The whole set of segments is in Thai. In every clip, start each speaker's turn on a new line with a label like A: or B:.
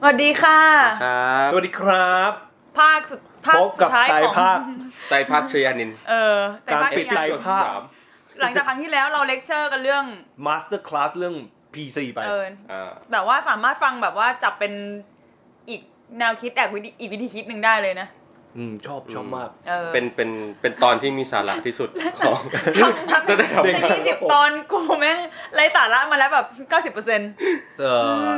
A: สวัสดีค่ะ
B: ครับ
C: สวัสดีครับ
A: ภาคสุดภาค
C: พบ
A: สุ
C: กับ
A: ดท้าย
C: ไตร
A: ของ
C: ภาค
B: ใจพักชยานิน
A: เออไตร
C: การ
A: ภาค
C: ปิด
A: ที่
C: ไตร
A: แล้ว
C: ภาค
B: สาม
A: หลังจากครั้งที่แล้วเราเลคเชอร์กันเรื่อง
C: Master Class เรื่อง PC ไป
A: เออ
B: อ่า
A: แบบว่าสามารถฟังแบบว่าจับเป็นอีกแนวคิดแอกวิธีอีกวิธีคิดหนึ่งได้เลยนะ
C: อืม ชอบชอบมาก
A: เออ
B: เป็นเป็นเป็นตอนที่มีสาระที่สุดของ
A: ทั้ง
B: ตั้งแต่ทำ
A: ทั้งยี่สิบตอนกูแม่งไรสาระมาแล้วแบบเก้าสิบเปอร์เซ็นต์
C: เอออ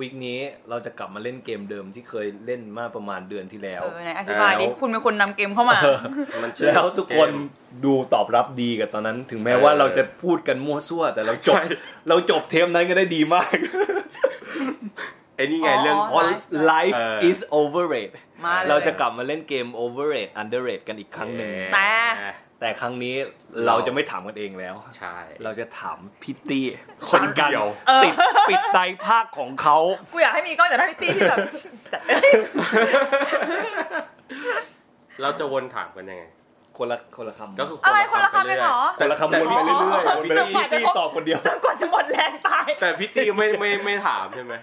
C: วีคนี้เราจะกลับมาเล่นเกมเดิมที่เคยเล่นมาประมาณเดือนที่แล้ว
A: เออไหนอธิบายดิ
C: แล้ว
A: คุณเป็นคนนำเกมเข้ามา
C: เออ
B: มันชื่อ
C: แล้วทุกคน
B: เม
C: ดูตอบรับดีกับตอนนั้น ถึงแม้
B: เออ
C: ว่าเราจะพูดกันมั่วซั่ว แต่เราจบ
B: ใช่
C: เราจบเทมนั้นก็ได้ดีมาก
B: ไอ้นี่ไง
A: อ๋อ
B: เรื่อง
C: เพราะ life
B: เออ
C: is overrated
A: มาเลย
C: เราจะกลับมาเล่นเกม overrated underrated กันอีกครั้งหนึ่ง
A: แต่
C: แต่ครั้งนี้เราจะไม่ถามกันเองแล้ว
B: ใช่
C: เราจะถามพิตตี้
B: คนเดียว
C: ติดปิดไตรภาคของเขา
A: กูอยากให้มีกล้องแต่ถ้าพี่ตี้ที่แบบ สัตว์เอ้ย
B: เราจะวนถามกันยังไง
C: คนละคนละคำ
B: ก็คือ
A: อะไรคน
B: น
A: ละ
B: ละ
A: คำ
B: คำ
A: เลยเหรอ
C: คนละคำวนไปเรื่อยๆวนไปเรื่อย
A: แต่แต่
C: ๆพิตตี้ตอบคนเดียว
A: จนกว่าจะหมดแรงตาย
B: แต่พี่ตี้ไม่ไม่ไม่ถามใช่ไหม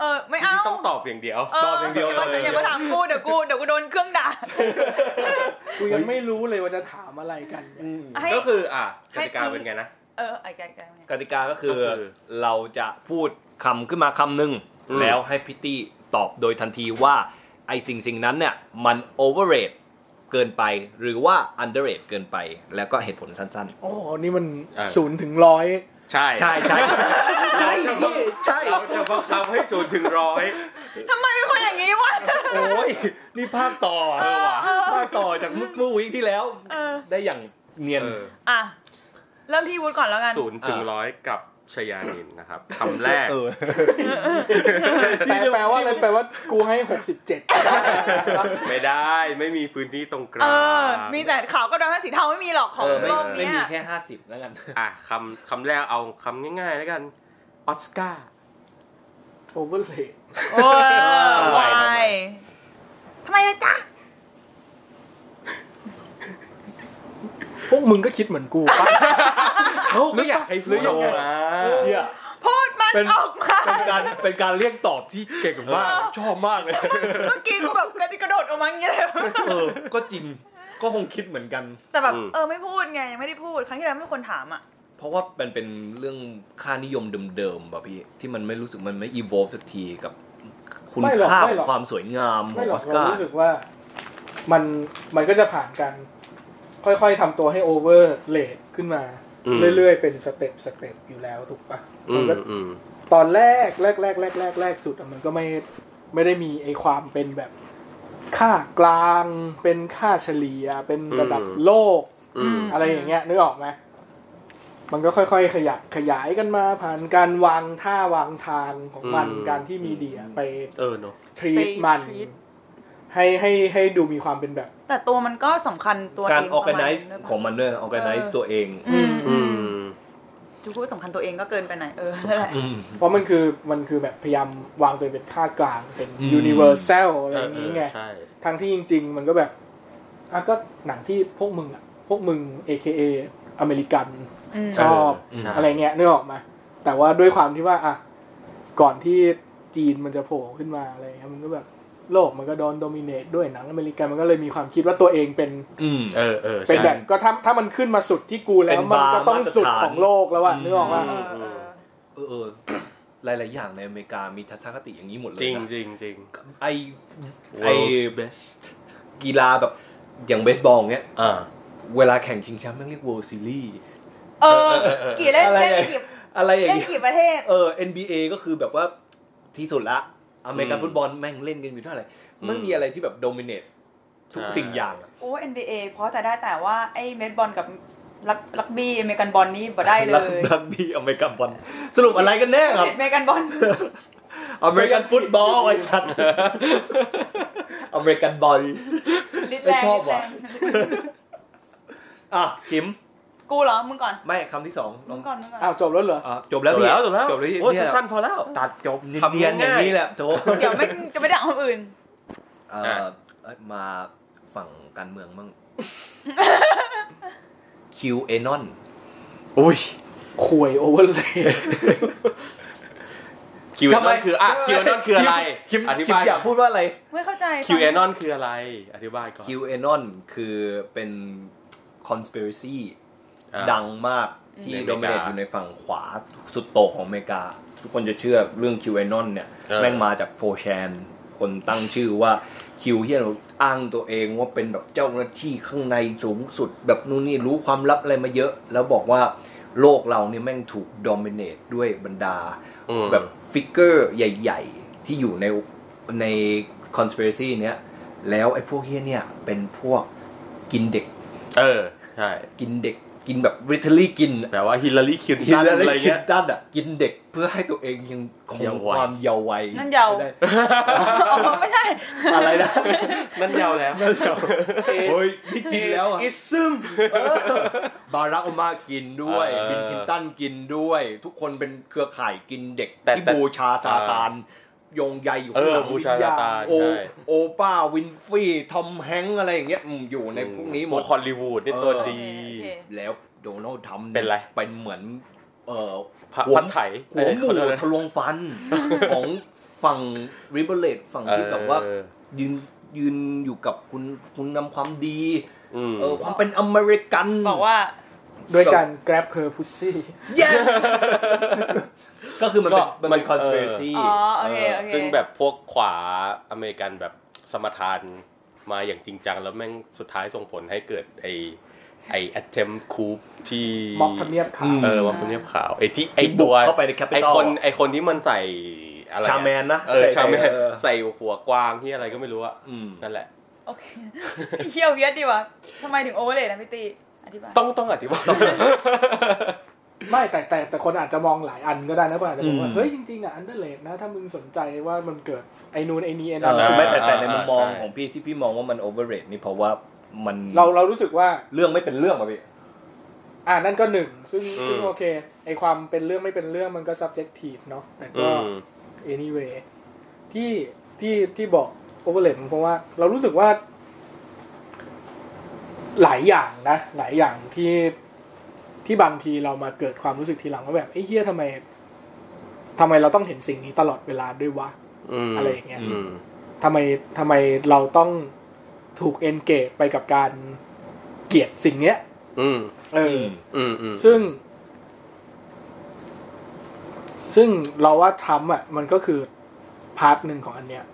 A: เออ ไม่เอา
B: พี่ตี้ต้องตอบอย่างเดียว
C: ตอบอย่างเดียวเลย
A: อย่ามาถามกูเดี๋ยวกูเดี๋ยวกูโดนเครื่องด่า
D: กูยังไม่รู้เลยว่าจะถามอะไรกันเนี่ย
A: ให้
B: ก็คืออ่ะกติกา
A: ให้
B: เป็นไงนะ
A: เออไอ้แกไง
C: กติกาก็คือ
B: ก็คือ
C: เราจะพูดคำขึ้นมาคำหนึ่ง
B: อืม
C: แล้วให้พิตตี้ตอบโดยทันทีว่าไอสิ่งสิ่งนั้นเนี่ยมัน overrated เกินไปหรือว่า underrated เกินไป แล้วก็เหตุผลสั้น
D: โอ้โหนี่มัน
B: เออ
D: ศูนย์ถึงร้อย
B: ใช่
C: ๆ ใช่ใช่
D: ใช่พี่ใช่
B: เราจะบังคับให้ศูนย์ถึงร้อย
A: ทำไมเป็นคนอย่างนี้วะ
C: โอ้ยนี่ภาคต่อภาคต่อจากเมื่อวีคที่แล้ว
A: เออ
C: ได้อย่างเนียน
B: เออ
A: อ่ะ เริ่มที่วุฒิก่อนแล้วกัน
B: ศูนย์ถึง
C: อ่า
B: ร้อยกับชยานินนะครับคำแรก
C: เออ
D: แปลแปลว่าอะไรแปลว่ากูให้หกสิบเจ็ด
B: ไม่ได้ไม่มีพื้นที่ตรงกลาง
A: เออ มีแต่ขาวก็ดำสีเทาไม่มีหรอกของ
C: เออไม่
A: โลกเนี้
C: ไม่
A: ย
C: มีแค่ห้าสิบแล้วกัน
B: อ่ะคำคำแรกเอาคำง่ายๆแล้วกันออสการ์
D: โอเวอร์เลท
A: โอ้
B: เอาไว้
A: วายทำไมนะจ๊ะ
D: พวกมึงก็คิดเหมือนกูปะ
B: เขาก็อยากให้ฟื้น
D: หรือยังไง
B: มา
C: เชี่ย
A: พูดมันออกมา
C: เป็นการเป็นการเรียกตอบที่เก่งมาก ชอบมากเลย
A: เมื่อกี้กูแบบกระดิกกระโดดออกมาอย่างเงี้ยเลย
C: เออ ก็จริง ก็คงคิดเหมือนกัน
A: แต่แบบเออไม่พูดไงยังไม่ได้พูด ครั้งที่แล้วไม่ควรถามอ่ะ
C: เพราะว่ามันเป็นเรื่องค่านิยมเดิมๆแบบพี่ ที่มันไม่รู้สึกมันไม่ evolve สักทีกับ คุณ
D: ไม่หรอก
C: ค่า
D: ไม่หรอก
C: ความสวยงามขอ
D: ไม่
C: ง
D: ห
C: อ
D: รอ
C: อก ส
D: เรา
C: การ์
D: รู้สึกว่า มันมันก็จะผ่านกัน ค่อยๆทำตัวให้โอเวอร์เลทขึ้นมา เรื่อยๆ เป็นสเต็ปสเต็ปอยู่แล้วถูกปะ
B: อื
D: มัน
B: ม
D: ก็
B: อืม
D: ตอนแรกแรกแรกแรกแรกแรกสุดอะมันก็ไม่ไม่ได้มีไอความเป็นแบบค่ากลาง เป็นค่าเฉลี่ยเป็นระดับโลก
B: อืม
D: อะไรอย่างเงี้ยนึกออกไหมมันก็ค่อยๆ ขยับขยายกันมาผ่านการวางท่าวางทางของมันการที่มีเดียไป
B: เออเนาะ
D: ทรีตมัน
A: ไป treat
D: ให้ให้ให้ดูมีความเป็นแบบ
A: แต่ตัวมันก็สำคัญตัวเอง
C: การ
A: ประมาณ
C: organize
A: หงด้วยปะ
C: ของมันด้วย organize
A: เออ
C: ตัวเอง
A: อืมอื
B: อื
A: ม
B: ม
A: จูพูดสำคัญตัวเองก็เกินไปหน่อยเออนั่นแหละ
C: อืม
D: เพราะมันคือมันคือแบบพยายามวางตัวเองเป็นค่ากลางเป็น
C: อืม
D: universal อะไรอย่างนี้ไง
B: ใช่
D: ทางที่จริง ๆ มันก็แบบอ่ะก็หนังที่พวกมึงอ่ะพวกมึง AKA อเมริกัน
A: อืม
D: ชอบ
C: เออใช่
D: อะไรเงี้ยนึกออกมา แต่ว่าด้วยความที่ว่าอ่ะก่อนที่จีนมันจะโผล่ขึ้นมาอะไรเงี้ยมันก็แบบโลกมันก็โดนโดมิเนตด้วยหนังอเมริกันมันก็เลยมีความคิดว่าตัวเองเป็น
C: อืม
B: เออเออใช่
D: เป็นแบบก็ถ้าถ้ามันขึ้นมาสุดที่กูแล้
C: เป็
D: วน มัน
C: บาร์
D: ก็ต้องสุด
C: มาตรฐาน
D: ของโลกแล้วอะนึกออกว่า
A: เออเออ
C: เออเออหลายๆอย่างในอเมริกามีทัศนคติอย่างนี้หมดเลย
B: จริง
C: นะ
B: จริงจริง
C: ไอไอ
B: world's best
C: กีฬาแบบอย่างเบสบอลเนี้ย
B: อ่า
C: เวลาแข่งชิงแชมป์แม่งเรียก World Series
A: เออ
B: เออเออ
A: กี่เล่น
C: อะไร
A: เล่น
C: อะ
A: กี่
C: อะไรอย่าง
A: เล่น
C: เงี้ย
A: กี่ประเทศ
C: เออ NBA ก็คือแบบว่าที่สุดละอเมริกัน
B: อืม
C: ฟุตบอลแม่งเล่นกันอยู่เท่าไหร่
B: อืม
C: ไม่มีอะไรที่แบบโดมิเนตทุก
B: ใช่
C: สิ่งอย่างอะ
A: โอ้ NBA เพราะแต่ได้แต่ว่าไอ้เมดบอลกับลักลักบี้อเมริกันบอลนี่บ่ได้เล
C: รัก
A: ย
C: รักบี้อเมริกันบอลสรุปอะไรกันแน่ครับ
A: อเมริกันบอล
C: อเมริกันฟุตบอลไอ้ สัตว์อเมริกันบอล
A: ลิดแรง
C: ไม่ชอบ
A: ลิดแร
C: ว่ะ
A: ง
C: อ่ะคิม
A: กูเหรอมึงก่อน
C: ไม่คำที่สองล
A: มึ
C: อง
A: งก่อนมึงก่อน
D: อ้าวจบแล้วเหรอ
C: อ่ะจบแล้วพี่จบแล้ว
B: โอ้ย
C: เนี่ย
B: สั้นๆพอแล้ว
C: ตัดจบเ
B: คำ
C: นียนๆอย่าง
B: ง่ายๆ
C: นี้แหละโถ
A: เดี๋ยวไม่จะไม่ได้เอาคนอื่น
C: เอ่อ
B: อ่ะ
C: เอ้ยมาฝั่งการเมือง บ้าง คิวเอน อน
B: อุ้ย
D: ควยโอเวอร์เลย
C: ค
B: คิวเอนอนคืออ่ะ
D: ทำไม
B: คิวเอนอนคืออะไร
D: คิม
B: อธิ
D: คิม
B: บาย
D: อยากพูดว่าอะไร
A: ไม่เข้าใจ
B: คิวเอนอนคืออะไร อธิบายก่อน
C: QAnon คือเป็น conspiracy
B: อ่า
C: ดังมากที่
B: ในอ
C: โด
B: เมริกา
C: มิเนตอยู่ในฝั่งขวาสุดโต่งของอเมริกา ทุกคนจะเชื่อเรื่อง QAnon เนี่ย
B: เออ
C: แม่งมาจากโฟแชนคนตั้งชื่อว่า Q ที่เราอ้างตัวเองว่าเป็นแบบเจ้าหน้าที่ข้างในสูงสุด แบบนู่นนี่รู้ความลับอะไรมาเยอะ แล้วบอกว่าโลกเราเนี่ยแม่งถูกโดมิเนตด้วยบรรดา
B: อืม
C: แบบฟิกเกอร์ใหญ่ ๆ ที่อยู่ในใน conspiracy เนี้ย แล้วไอ้พวกเฮียเนี่ย เป็นพวกกินเด็ก
B: เออ ใช่
C: กินเด็ก กินแบบ literally กิน
B: แบบว่าฮิลลารีคิน
C: ฮิ
B: ตัน
C: ลา
B: อะไร
C: รีคิ
B: เงี้
C: น
B: ย
C: ตันอ่ะ กินเด็กเพื่อให้ตัวเองยังคง
B: เยาว์วัย
C: ความเยาว์วัย
A: นั่นเยาว์
C: ได้
A: อ๋อไม่ใช่
C: อะไรนะ
B: นั่นยาวแล้ว
C: โอ้ยนี่กินแล้วอะ
D: อิซึ ม
C: บารักโอบามากินด้วย
B: เออ
C: บิลคลินตันกินด้วย ทุกคนเป็นเครือข่ายกินเด็ก
B: แต่
C: ที่
B: แต่
C: บูชาซาตานโยงใยอยู่
B: เอ
C: ข้าง
B: อ
C: หลัง
B: บูชาซาตาน
C: โอ
B: ใช่
C: โอป้าวินฟรีทอมแฮงค์อะไรอย่างเงี้ยอืมอยู่ในพวกนี้หมด
B: โคอลลีวูดนี่
C: เออ
B: ตัวดี
A: โอเค
C: แล้วโดนัลด์ทำย
B: เป็นไร
C: เป็นเหมือน เอ่อ
B: พระ
C: หัว
B: พันไถ
C: หัวหมู
B: เอ้ยขอโทษนะ
C: ทะลวง ฟัน ของฝั่งริเบเลตฝั่งที่แบบว่า
B: เออ
C: ยืนยืนอยู่กับคุณคุณนำความดี
B: อืม
C: เออความเป็นอเมริกัน
A: บอกว่า
D: ด้วยการ grab her pussy
C: yes ก็คือมันเป็นมันเป็น
B: เ
C: conspiracy
A: อ๋อ โอเค โอเค
B: ซึ่งแบบพวกขวาอเมริกันแบบสมทานมาอย่างจริงจัง แล้วแม่งสุดท้ายส่งผลให้เกิดไอไอ attempt coup ที่
D: ม็อกทำเนียบขาว
B: เออว่าคนเนียบขาวไอที่ไอ
C: ที่บุ
B: ตั
C: ก
B: ว
C: เข้าไปใน Capitol
B: ไอคนไอคนที่มันใส่อะไรอะ
C: ชาแมนนะ
B: เออชาแมน
C: เออ
B: ใส่หัวกวางที่อะไรก็ไม่รู้อะ
C: อืม
B: นั่นแหละ
A: โอเคเฮียวเวียดดีวะทำไมถึงโอเวอร์เลยนะพี่ตี อธิบาย
B: ต้องต้องอธิบาย
D: ไม่แต่แต่แต่คนอาจจะมองหลายอันก็ได้นะคนอาจจะมอง
C: อื
D: ว่า
C: ม
D: เฮ้ย จริงๆอ่ะอันเดอร์เลนะ ถ้ามึงสนใจว่ามันเกิดไอ้นูนไอ้นี้ไอ้
C: เอ
D: นั่น
C: อคือไม่แต่แต่ใน
B: อ่า
C: มุมมอง
B: ใช่
C: ของพี่ที่พี่มองว่ามัน overrate นี่เพราะว่ามัน
D: เราเรารู้สึกว่า
C: เรื่องไม่เป็นเรื่องอะพี่
D: อ่านั่นก็หนึ่ง ซึ่ง
B: อืม
D: ซึ่งโอเคไอความเป็นเรื่องไม่เป็นเรื่องมันก็ subjective เนาะแต่
B: อื
D: ก็
B: ม
D: anyway ที่ที่ที่บอก overlap เพราะว่า เรารู้สึกว่า หลายอย่างนะ หลายอย่างที่ที่บางทีเรามาเกิดความรู้สึกทีหลังว่าแบบไอ้ยเฮียทำไมทำไมเราต้องเห็นสิ่งนี้ตลอดเวลาด้วยวะ
B: ม
D: อะไรอย่างเงี้ย
B: อืม
D: ทำไมทำไมเราต้องถูก engage ไปกับการเกลียดสิ่งเนี้ย
B: อืม
D: เอออ
B: อืมอืม
D: ซึ่ง ซึ่งเราว่าทรัมป์อ่ะ มันก็คือ พาร์ทหนึ่งของอันเนี้ย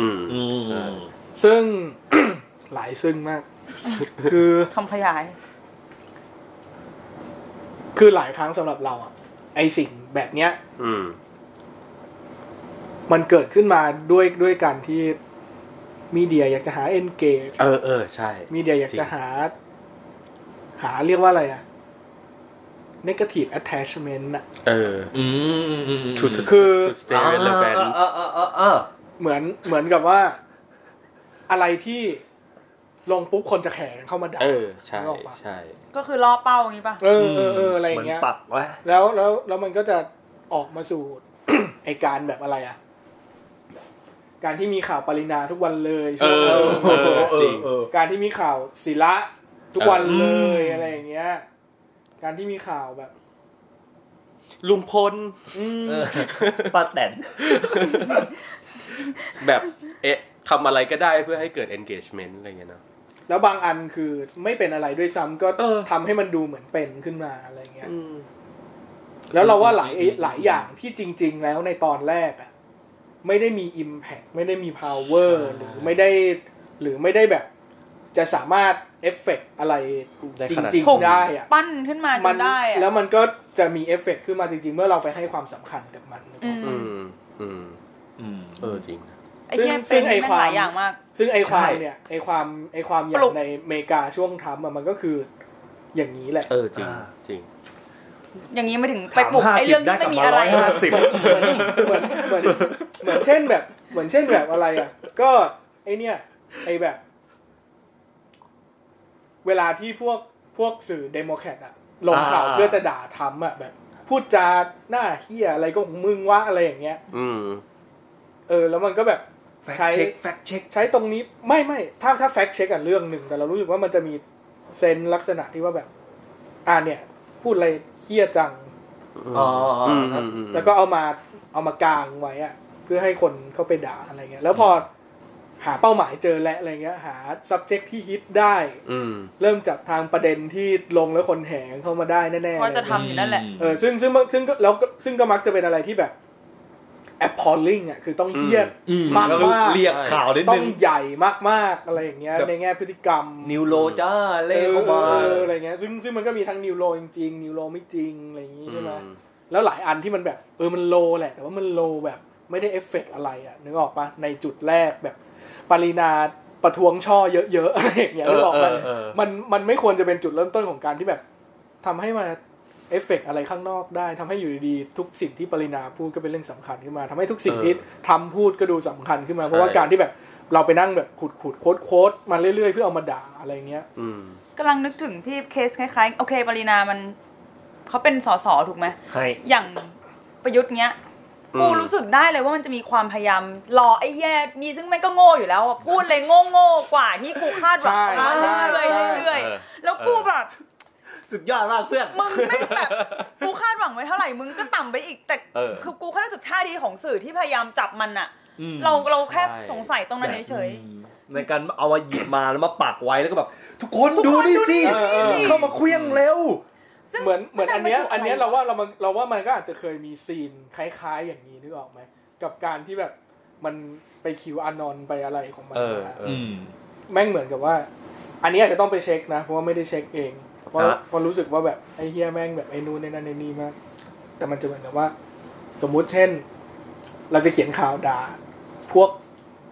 B: อืม
C: อืม
B: ใช่
D: ซึ่ง หลายซึ่งมาก คือ
A: คำขยาย
D: คือหลายครั้งสำหรับเราอ่ะ ไอสิ่งแบบเนี้ย
B: อืม
D: มันเกิดขึ้นมาด้วยด้วยการที่มีเดียอยากจะหาเอนเกจ
B: เออเออใช่
D: มีเดียอยาก
B: จริ
D: จะ
B: ง
D: หา หาเรียกว่าอะไรอ่ะ negative attachment อ่ะ
B: เออ
C: อืมอืม
B: to
D: คือ
B: to stay relevant
C: เออเออเออเออ
D: เหมือนเหมือนกับว่า อะไรที่ลงปุ๊บคนจะแข่งเข้ามาด่า
B: เออ ใช่
D: นึกออกปะ
B: ใช่
A: ก็คือล่อเป้าอย่างนี้ป่ะ
D: เออเออเอออะไรอย่างเงี้
C: ห
D: ย
C: มืนปักไว้
D: แล้วแล้วแล้วมันก็จะออกมาสู่ ไอการแบบอะไรอ่ะ การที่มีข่าวปรินาทุกวันเลย
B: เอ
D: ช่วง
B: อเ
D: เอ
B: อ
D: อ
B: อจริง
D: การที่มีข่าวศิละทุกวันเลย
C: เอออ
D: อะไรอย่างเงี้ย การที่มีข่าวแบบ
B: ลุงพล
D: อืม
C: เออป้าแตน
B: แบบเอ๊ะทำอะไรก็ได้เพื่อให้เกิด engagement อะไรเงี้ยเนอะ
D: แล้วบางอันคือไม่เป็นอะไรด้วยซ้ำก็
B: เออ
D: ทำให้มันดูเหมือนเป็นขึ้นมาอะไรอย่างเงี้ย
B: อืม
D: แล้วเราว่าหลายหลายอย่างที่จริง ๆ แล้วในตอนแรกอะไม่ได้มี Impact ไม่ได้มี Power
B: ใช่
D: หรือไม่ได้ หรือไม่ได้แบบ จะสามารถเอฟเฟกอะไร
B: ได้
D: จ
B: ขนาด
D: ริง
B: นั้น
D: ๆ ได้อะ
A: ปั้นขึ้นมาจ
D: มัน
A: ได้อะ
D: แล้วมันก็จะมีเอฟเฟกขึ้นมาจริง ๆ เมื่อเราไปให้ความสำคัญกับมัน
A: อืม
B: อืมอืม
C: อืม
B: เออจริง
A: ไอ้เหี้ย
D: ซึ่
A: เป็น
D: งไอ้
A: แม่ง
D: ความ
A: หลายอย่างมาก
D: ซึ่งไอความ
C: ใช่
D: เนี่ยไอความไอความอย่า
A: ปลุ
D: ง
A: ก
D: ในอเมริกาช่วงทรัมป์อะมันก็คืออย่างนี้แหละ
B: เออจริง
C: อ่า
B: จริง
A: อย่างนี้มาถึงไปปลุกไอ้เรื่องที่ไม่มีอะไร
C: ห้าสิบ
D: เหมือนเหมือนเหมือนเช่นแบบ เหมือนเช่นแบบอะไรอ่ะ ก็ไอเนี่ยไอแบบ เวลาที่พวกพวกสื่อเดโมแครตอ่ะ ลงข่าวเพื่อจะด่าทรัมป์อ่ะแบบ พูดจาหน้าเฮียอะไรก็ของมึงวะอะไรอย่างเงี้ย
B: อืม
D: เออแล้วมันก็แบบ
C: แฟ
D: ใช้
C: กเช็คแฟกเช็ค
D: ใช้ตรงนี้ไม่ไม่ถ้าถ้าแฟกเช็คกันเรื่องหนึ่ง แต่เรารู้สึกว่ามันจะมีเซนส์ลักษณะที่ว่าแบบ อ่าเนี่ย พูดอะไรเฮี้ยจัง
C: อ๋ออ๋อ
B: ม
C: อ๋อ
B: อืม
D: แล้วก็เอามาเอามากางไว้อะเพื่อให้คนเข้าไปด่าอะไรเงี้ย แล้วพอหาเป้าหมายเจอและอะไรเงี้ย หา subject ที่ฮิตได้
B: อืม
D: เริ่มจากทางประเด็นที่ลงแล้วคนแหงเข้ามาได้แน่ๆ
A: ว่าจะ
D: อะไรเงี้ย
A: ทำอยู่นั่นแหละ
D: เออซึ่งซึ่งซึ่งก็แล้วก็ซึ่งก็มักจะเป็นอะไรที่แบบ appalling อ่ะคือต้องเฮี้ยน
C: อืม
D: มาก
C: แล้ว
D: มาก
C: เรียกข่าวนิด
D: ต้
C: นึ
D: อง
C: ง
D: ใหญ่มากๆอะไรอย่างเงี้ย
C: แบบ
D: ในแง่พฤติกรรม
C: นิวโรจ้าเล่เข้ามา
D: อออะไรเงี้ยซึ่งซึ่งมันก็มีทั้งนิวโรจริงๆนิวโรไม่จริงอะไรอย่างงี้ใช่ไหม
B: อืม
D: แล้วหลายอันที่มันแบบเออมันโลแหละ แต่ว่ามันโลแบบไม่ได้เอฟเฟกต์อะไรอ่ะนึกออกปะในจุดแรกแบบปรินาประท้วงช่อเยอะๆ อะไรอย่างเงี้ย
B: เออ
D: นึกออกปะ
B: เออเออ
D: มันมันไม่ควรจะเป็นจุดเริ่มต้นของการที่แบบทำให้มาเอฟเฟกต์อะไรข้างนอกได้ทำให้อยู่ดีๆทุกสิ่งที่ปรินาพูดก็เป็นเรื่องสำคัญขึ้นมาทำให้ทุกสิ่งที่ทรัมป์พูดก็ดูสำคัญขึ้นมา เพราะว่าการที่แบบเราไปนั่งแบบขุดขุดโคดโคดๆมาเรื่อยๆเพื่อเอามาด่าอะไรเงี้ย
B: อืม
A: กำลังนึกถึงที่เคสคล้ายๆ โอเค ปรินามันเขาเป็นสสถูกไหม
C: ให้
A: อย่างประยุทธ์เนี้ย
B: อืม
A: กูรู้สึกได้เลยว่ามันจะมีความพยายามรอไอ้แย่มีซึ่งแม่งก็โง่อยู่แล้วอะพูดเลยโง่โง่ๆกว่าที่กูคาดหวัง
D: ใช่ใช่
A: มาเรื่อย
D: ใช่
A: ๆเรื่อยๆแล้วกูแบบ
C: สุดยอดมากเพื่อน
A: มึงไม่งแบบกูคาดหวังไว้เท่าไหร่มึงก็ต่ำไปอีกแต่
B: เออ
A: คือกูแค่รู้สึกท่าดีของสื่อที่พยายามจับมันอะ
C: อืม
A: เราเราแค่สงสัยตรงนั้นเฉย
C: ในการเอามาหยิบมาแล้วมาปักไว้แล้วก็แบบ ทุกคน
A: ทุกคน
C: ดูนี่
A: ดูนี่
C: สิ
A: เออเออ
C: เข้ามาเคลี้ยงเร็ว
A: ๆซึ่ง
D: เหมือนเหมือนอันเนี้ย
A: มั
D: อันเนี้ย
A: ไม่ถูกะไ
D: เราว่าเรามันเราว่ามันก็อาจจะเคยมีซีนคล้ายๆอย่างนี้นึกออกไหมกับการที่แบบมันไปคิวอานอนท์ไปอะไรของมัน
B: เออ
D: มา
B: เออ
D: แม่งเหมือนกับว่า อันเนี้ยอาจจะต้องไปเช็คนะ เพราะว่าไม่ได้เช็คเองเพราะ
C: ฮะ
D: เพราะรู้สึกว่าแบบไอ้เฮียแม่งแบบไอ้นู่นไอ้นั่นไอ้นี่มาก แต่มันจะเหมือนกับว่า สมมุติเช่น เราจะเขียนข่าวด่าพวก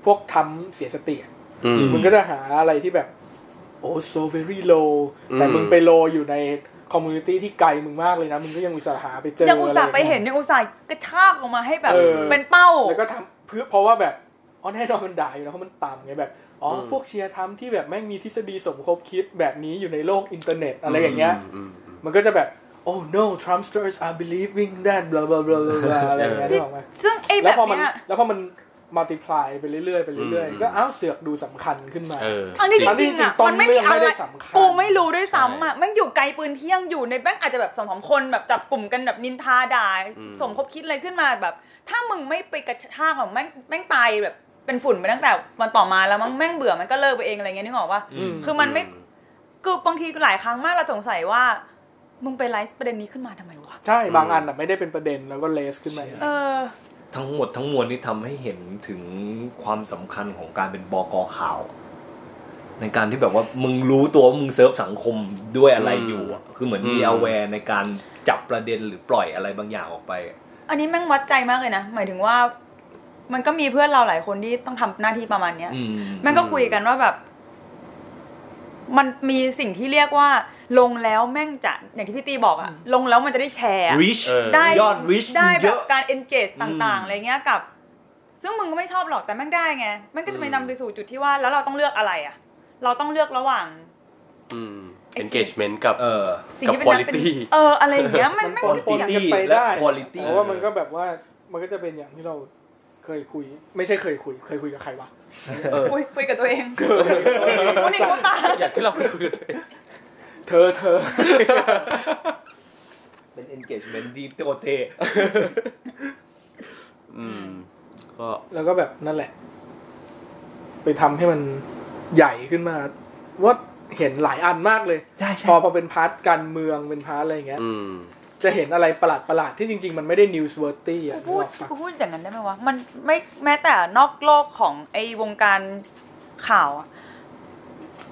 D: พวกทำเสียสติอะ
B: อืม
C: อื
D: มึงก็จะหาอะไรที่แบบ โอ้ so very low แต่
B: อืม
D: มึงไป low อยู่ในคอมมูนิตี้ที่ไกลมึงมากเลยนะ มึงก็ยังอุตส่าห์หาไปเจอ
A: ยังอุตส่าห์
D: ะร
A: ไปเห็นยังอุตส่าห์กระชากออกมาให้แบบ
D: เออ
A: เป็นเป้า
D: แล้วก็ทำเพื่อเพราะว่าแบบอ๋อแน่นอนมันด่าอยู่แล้วเพราะมันต่ำไงแบบ อ๋ออ
B: ม
D: พวกเชียร์ทำที่แบบแม่งมีทฤษฎีสมคบคิดแบบนี้อยู่ในโลกอินเทอร์เน็ตอะไรอย่างเงี้ย
B: อืมอืม
D: มันก็จะแบบ oh no Trumpsters are believing that blah blah blah blah blah อะไรอย่างเงี้ย
B: เออ
D: นึกออกไหม
A: ซึ่งไอ้แบ
D: แล้ว
A: บ
D: พอมัน
A: เนี้ย
D: แล้วพอมันมัลติพลายไปเรื่อยๆไปเรื่อย
B: อืม
D: ๆก็อ้าวเสือกดูสำคัญขึ้นมา
B: เออ
A: ทั้งที่จริงๆอ่ะ
D: ตอน
A: มัน
D: นี้
A: ไม่
D: จริ
A: มี
D: งๆ
A: อะ
D: ต้นเรื่องไม่ได้
A: ไร
D: สำคัญ
A: กูไม่รู้ด้วยซ้ำอ่ะแม่งอยู่ไกลปืนเที่ยงอยู่ในแม่งอาจจะแบบสองสามคนแบบจับกลุ่มกันแบบนินทาด่า
B: อืม
A: สมคบคิดอะไรขึ้นมาแบบ ถ้ามึงไม่ไปกระชากของแม่งแม่งตายแบบเป็นฝุ่นไปตั้งแต่วันต่อมาแล้วมั้งแม่งเบื่อมันก็เลิกไปเองอะไรเงี้ยนึกออกว่า
D: อืม
A: คือมันไม่คือบางทีหลายครั้งมากเราสงสัยว่า มึงไปไลฟ์ประเด็นนี้ขึ้นมาทำไมวะ
D: ใช่บางอันอ่ะไม่ได้เป็นประเด็นแล้วก็เลสขึ้นมา
A: เออ
C: ทั้งหมดทั้งมวลนี่ทำให้เห็นถึงความสำคัญของการเป็นบกข่าว ในการที่แบบว่ามึงรู้ตัวว่ามึงเซิร์ฟสังคมด้วยอะไรอยู่อะคือเหมือนมี
B: อืม
C: อ w แวร์ในการจับประเด็นหรือปล่อยอะไรบางอย่างออกไป
A: อันนี้แม่งวัดใจมากเลยนะ หมายถึงว่า มันก็มีเพื่อนเราหลายคนที่ต้องทำหน้าที่ประมาณเนี้ย
C: อืม
A: แม่งก็คุยกันว่าแบบ มันมีสิ่งที่เรียกว่า ลงแล้วแม่งจะอย่างที่พี่ตีบอกอะลงแล้วมันจะได้แชร์อะ
C: reach
B: เออ
A: ได้
C: ยอด reach
A: ได้แบ
C: เย
A: บ
C: อะ
A: การ engage ต่างๆ
C: อืม
A: อะไรเงี้ยกับ ซึ่งมึงก็ไม่ชอบหรอกแต่แม่งได้ไงแม่งก็จะไป
B: อืม
A: นำไปสู่จุดที่ว่า แล้วเราต้องเลือกอะไรอะเราต้องเลือกระหว่าง
B: อืม engagement กับ
C: เออ
A: สิ่ง
B: กับ
A: ที่เป็นนักเป็น
B: quality
A: เอออะไรอย่างเงี้ยมัน
D: มัน
A: แม่ง
D: ปน
A: ก็
D: ป
A: เถีย
D: น
A: ง
D: กันไป
C: และ
D: ได้
C: quality
D: เพราะว่ามันก็แบบว่ามันก็จะเป็นอย่างที่เราเคยคุย ไม่ใช่เคยคุย เคยคุยกับใครวะ
A: อุ๊ยคุยกับตัวเองวันนี้กูตาย
B: อย่างที่เราเคยคุยกันตัวเอง
D: เธอเธอ
C: เป็น engagement ดีโตเท
B: อืม ก็
D: แล้วก็แบบนั่นแหละ ไปทำให้มันใหญ่ขึ้นมา ว่าเห็นหลายอันมากเลย
C: ใช่ใช่
D: พอพอเป็นพาร์ทการเมืองเป็นพาร์ทอะไรอย่างเงี้ย
B: อืม
D: จะเห็นอะไรประหลาดประหลาดๆที่จริง ๆ มันไม่ได้ newsworthy
A: กู
D: อะ
A: พูด
D: นึกออกปะ
A: กูพูดอย่างนั้นได้ไหมวะ มันไม่แม้แต่นอกโลกของไอ้วงการข่าวอะ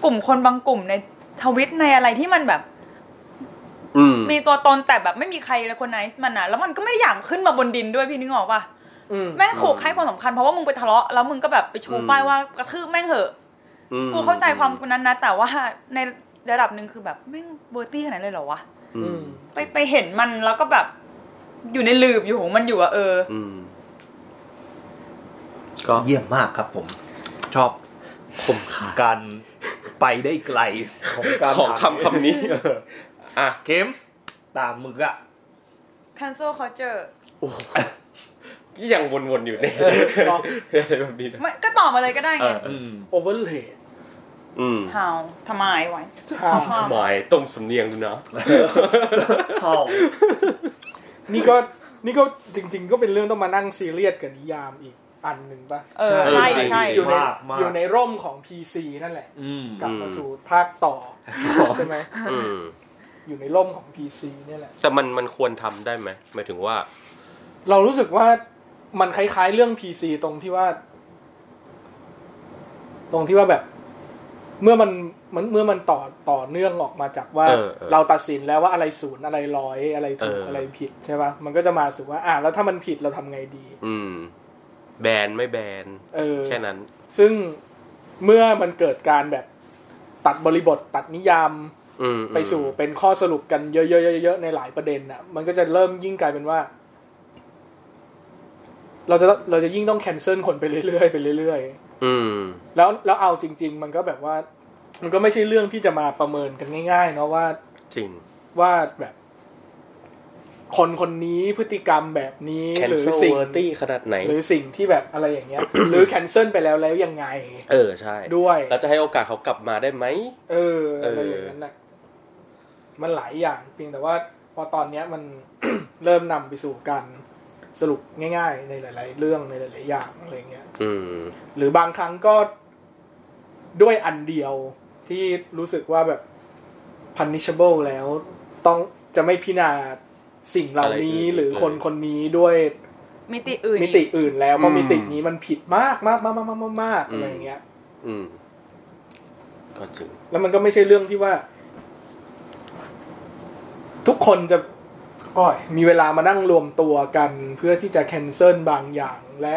A: กลุ่มคนบางกลุ่มในทวิตในอะไรที่มันแบบ
B: อืม
A: มีตัวตนแต่แบบไม่มีใครเลยคนไนซ์มันอะแล้วมันก็ไม่ได้อยากขึ้นมาบนดินด้วยพี่นึกออกปะ
D: อืม
A: แม่งถูกให้ความสำคัญเพราะว่ามึงไปทะเลาะแล้วมึงก็แบบไปชู
B: อืม
A: ป้ายว่ากระทืบแม่งเหอะ
B: อืม
A: กูเข้าใจความนั้นนะแต่ว่าในระดับหนึ่งคือแบบแม่งเบอร์ตี้ขนาดนั้นเลยเหรอวะ
B: อืม
A: ไปไปเห็นมันแล้วก็แบบ อยู่ในหลืบอยู่ของมันอยู่อะเออ
B: อืม ก็
C: เยี่ยมมากครับผม ชอบ
B: ผมขาด
C: การไปได้ไกลของการ
B: ของ
C: ถาม
B: คำคำนี้ อ่ะ
C: เข็มตามมึกอะ
A: cancel culture
B: ยังวนๆอยู่ใน
D: หรอ
B: อะไรแบบนี้นะ
A: ไม่ก็ตอบมาเลยก็ได้
B: เอ
A: ไง
B: อ
D: overlay
B: อืม
A: how ทำไมไว้
D: how
B: หมายต้มสำเนียงดูนะ
C: เข่า
D: นี่ก็นี่ก็จริง ๆ ก็เป็นเรื่องต้องมานั่งซีเรียสกับนิยามอีกอันหนึ่งปะ
A: เออใช่ใช่
D: อยู่ใน
C: มากมาก
D: อยู่ในร่มของ PC นั่นแหละ
C: อืม
D: กลับมาสู่ภาคต่อใช่ไหม
B: อืม
D: อยู่ในร่มของ PC เนี่ยแหละ
B: แต่มันมันควรทำได้ไหมหมายถึงว่า
D: เรารู้สึกว่ามันคล้ายๆเรื่อง PC ตรงที่ว่า ตรงที่ว่าแบบ เมื่อมันมันเมื่อมันต่อต่อเนื่องออกมาจากว่า
B: เออเออ
D: เราตัดสินแล้วว่าอะไรศูนย์อะไรร้อยอะไรถูก
B: เอออ
D: อะไรผิดใช่ปะมันก็จะมาสู่ว่า อ่ะแล้วถ้ามันผิดเราทำไงดี
B: อืม แบนไม่แบน
D: เออ
B: แค่นั้น
D: ซึ่งเมื่อมันเกิดการแบบตัดบริบทตัดนิยาม
B: อืม
D: ไปสู่เป็นข้อสรุปกันเยอะๆๆๆในหลายประเด็นน่ะ มันก็จะเริ่มยิ่งกลายเป็นว่า เราจะเราจะยิ่งต้องแคนเซิลคนไปเรื่อยๆไปเรื่อย
B: อืม
D: ๆแล้วแล้วเอาจริง ๆ มันก็แบบว่า มันก็ไม่ใช่เรื่องที่จะมาประเมินกันง่ายๆเนาะว่า
B: จริง
D: ว่าแบบ คนคนนี้พฤติกรรมแบบนี้หรือ
B: cancel
D: สิ่ง
B: worthy ขนาดไหน
D: หรือสิ่งที่แบบอะไรอย่างเงี้ย หรือแคนเซิลไปแล้วแล้วยังไง
B: เออใช่
D: ด้วย
B: แล้วจะให้โอกาสเขากลับมาได้ไหม
D: เอออะไรอย่างนั้นน่ะมันหลายอย่างเพียงแต่ว่าพอตอนเนี้ยมัน เริ่มนำไปสู่การสรุปง่าย ๆ ในหลาย ๆ เรื่องในหลาย ๆ อย่างอะไรเงี้ย
B: อืม
D: หรือบางครั้งก็ด้วยอันเดียวที่รู้สึกว่าแบบ punishable แล้วต้องจะไม่พิจารณาสิ่งเหล่านี้
B: อะไรอื่น
D: หรือคน
B: เออ
D: คนนี้ด้วย
A: มิติอื่น
D: มิ
A: อีก
D: ติอื่นแล้วเพราะ
C: อืม
D: มิตินี้มันผิดมากมากมากมากมากอะไรเงี้ย
B: อืม ก็จริง
D: แล้วมันก็ไม่ใช่เรื่องที่ว่า ทุกคนจะโอ้ยมีเวลามานั่งรวมตัวกันเพื่อที่จะแคนเซิลบางอย่างและ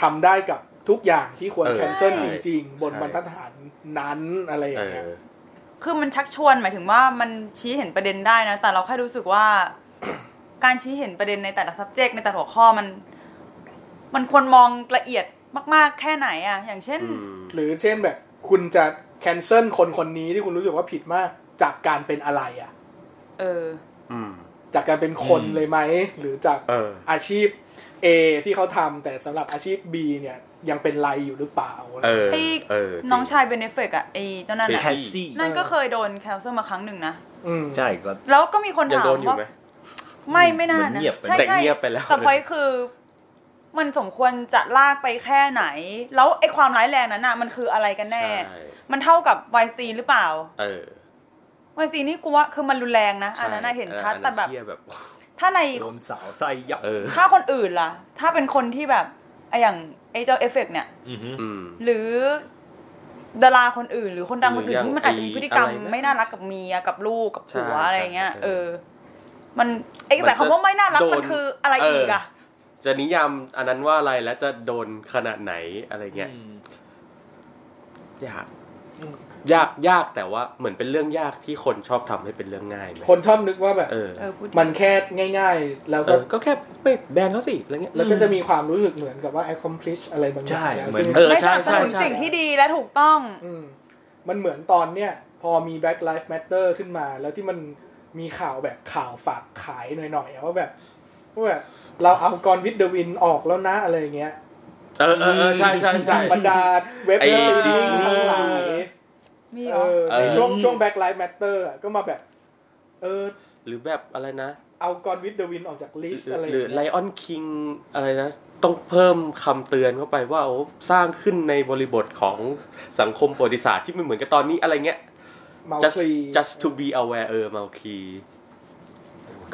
D: ทำได้กับทุกอย่างที่ควร
B: เออ
D: แคนเซิล
B: ใช่
D: จริง ๆ บน
B: ใช่
D: บรรทัดฐานนั้นอะไรอย่า
B: เอง
D: เงี้ย
B: อ
A: คือมันชักชวนหมายถึงว่ามันชี้เห็นประเด็นได้นะ แต่เราแค่รู้สึกว่า การชี้เห็นประเด็นในแต่ละ subject ในแต่ละหัวข้อมัน มันควรมองละเอียดมากๆ แค่ไหนอะอย่างเช่น
B: อืม
D: หรือเช่นแบบ คุณจะแคนเซิลคนคนนี้ที่คุณรู้สึกว่าผิดมาก จากการเป็นอะไรอะ
A: เออ
B: อืม
D: จากการเป็นคน
C: อืม
D: เลยไหมหรือจาก
B: เออ
D: อาชีพ A ที่เขาทำแต่สำหรับอาชีพ B เนี่ย ยังเป็นไรอยู่หรือเปล่าอะไร
B: เออ
A: ไอ้
B: เออจริ
A: น้องชายเบเนเฟกอะไอเจ้านั่นอะ
B: ใช่
C: แคสซี่
A: นั่นก็เคยโดนแคลเซอร์มาครั้งหนึ่งนะ
D: ม
C: ใช่ก็
A: แล้วก็มีคน
B: ยัง
A: ถาม
B: โดนอยู่
A: ว่า
B: ไหม
A: ไม่ไม่น่านะ
C: เหมือนเงียบไป
A: ใช่
B: แต่
A: ใช่
B: เงียบไปแล้ว
A: แต่พอยคือ มันสมควรจะลากไปแค่ไหน แล้วไอ้ความร้ายแรงนั้นน่ะ มันคืออะไรกันแน่
B: ใช่
A: มันเท่ากับไวน์สไตีนหรือเปล่า
B: เออ
A: ไวน์สไตีนนี่กูว่าคือมันรุนแรงนะอันนั้นน่ะ
B: ใช่
A: เห็นชัด
B: อั
A: แต่แบบ
B: เหี้ยแบบ
A: ถ้าใน
C: โดนสาวไส้ยับ
B: เออ
A: ถ้าคนอื่นล่ะ ถ้าเป็นคนที่แบบไอ้อย่างไอ้เจ้าเอฟเฟกต์เนี่ย
C: อหือ
B: อืม
A: หรือดาราคนอื่น หรือคนดังคนอื่น
B: หรืออย่าง
A: ที่มันอาจจะมีพฤติกรรม
B: อะไรนะ
A: ไม่น่ารักกับเมียกับลูกกับผัว
B: ใช่
A: อะไรอย่างเงี้ย
B: ใช่
A: เออ มันไอ้
B: มันจะ
A: แต่คำว่าไม่น่ารัก
B: โดน
A: มันคืออะไร
B: เอออี
A: อีกอะ
B: จะนิยามอันนั้นว่าอะไรและจะโดนขนาดไหนอะไรเงี้ย ยาก
D: อืม
B: ยากยากแต่ว่าเหมือนเป็นเรื่องยากที่คนชอบทำให้เป็นเรื่องง่ายไหม
D: คนชอบนึกว่าแบบ
B: เออ
A: เออพูดดิ
D: มันแค่ง่าย ๆ แล้ว
B: เอ
D: ก็
B: อก็แค่ไม่แบนเขาสิอะไรเงี้ย
D: แล้วก็จะมีความรู้สึกเหมือนกับว่า accomplish อะไรบางอย่าง
C: ใช่
D: แล้ว
C: เหมือน
D: ซึ่ง
B: เออ
A: ไม่ส
B: ใช่
A: นับส
B: ใช่
A: นุน
B: ใช่
A: สิ่งที่ดีและถูกต้อง
D: มมันเหมือนตอนเนี้ยพอมี Black Lives Matter ขึ้นมา แล้วที่มันมีข่าวแบบข่าวฝากขายหน่อยๆอะว่าแบบว่าแบบเราเอากรวิดเดวินออกแล้วนะอะไรอย่างเงี้ย
B: เออเออเออใช่ใช่ใช่
D: จากบรรดาเว็บ
B: ไอ้
D: ไซต์ดิส
B: Disney
D: นีย์หลาย
A: มีเหร
D: เอ
A: อ
D: อในช่วง
B: เออ
D: ช่วง Black Lives Matter อะก็มาแบบ เออ
B: หรือแบบอะไรนะ
D: เอากรวิดเดวินออกจากลิสต์อะไรอ
B: หรือย่าง ไล
D: เงี้ย
B: ออนคิงอะไรนะ ต้องเพิ่มคำเตือนเข้าไปว่าโอ้สร้างขึ้นในบริบทของสังคมประวัติศาสตร์ที่ไม่เหมือนกับตอนนี้อะไรเงี้ย
D: เมาค
B: just
D: ลี
B: just to be aware เออมาคี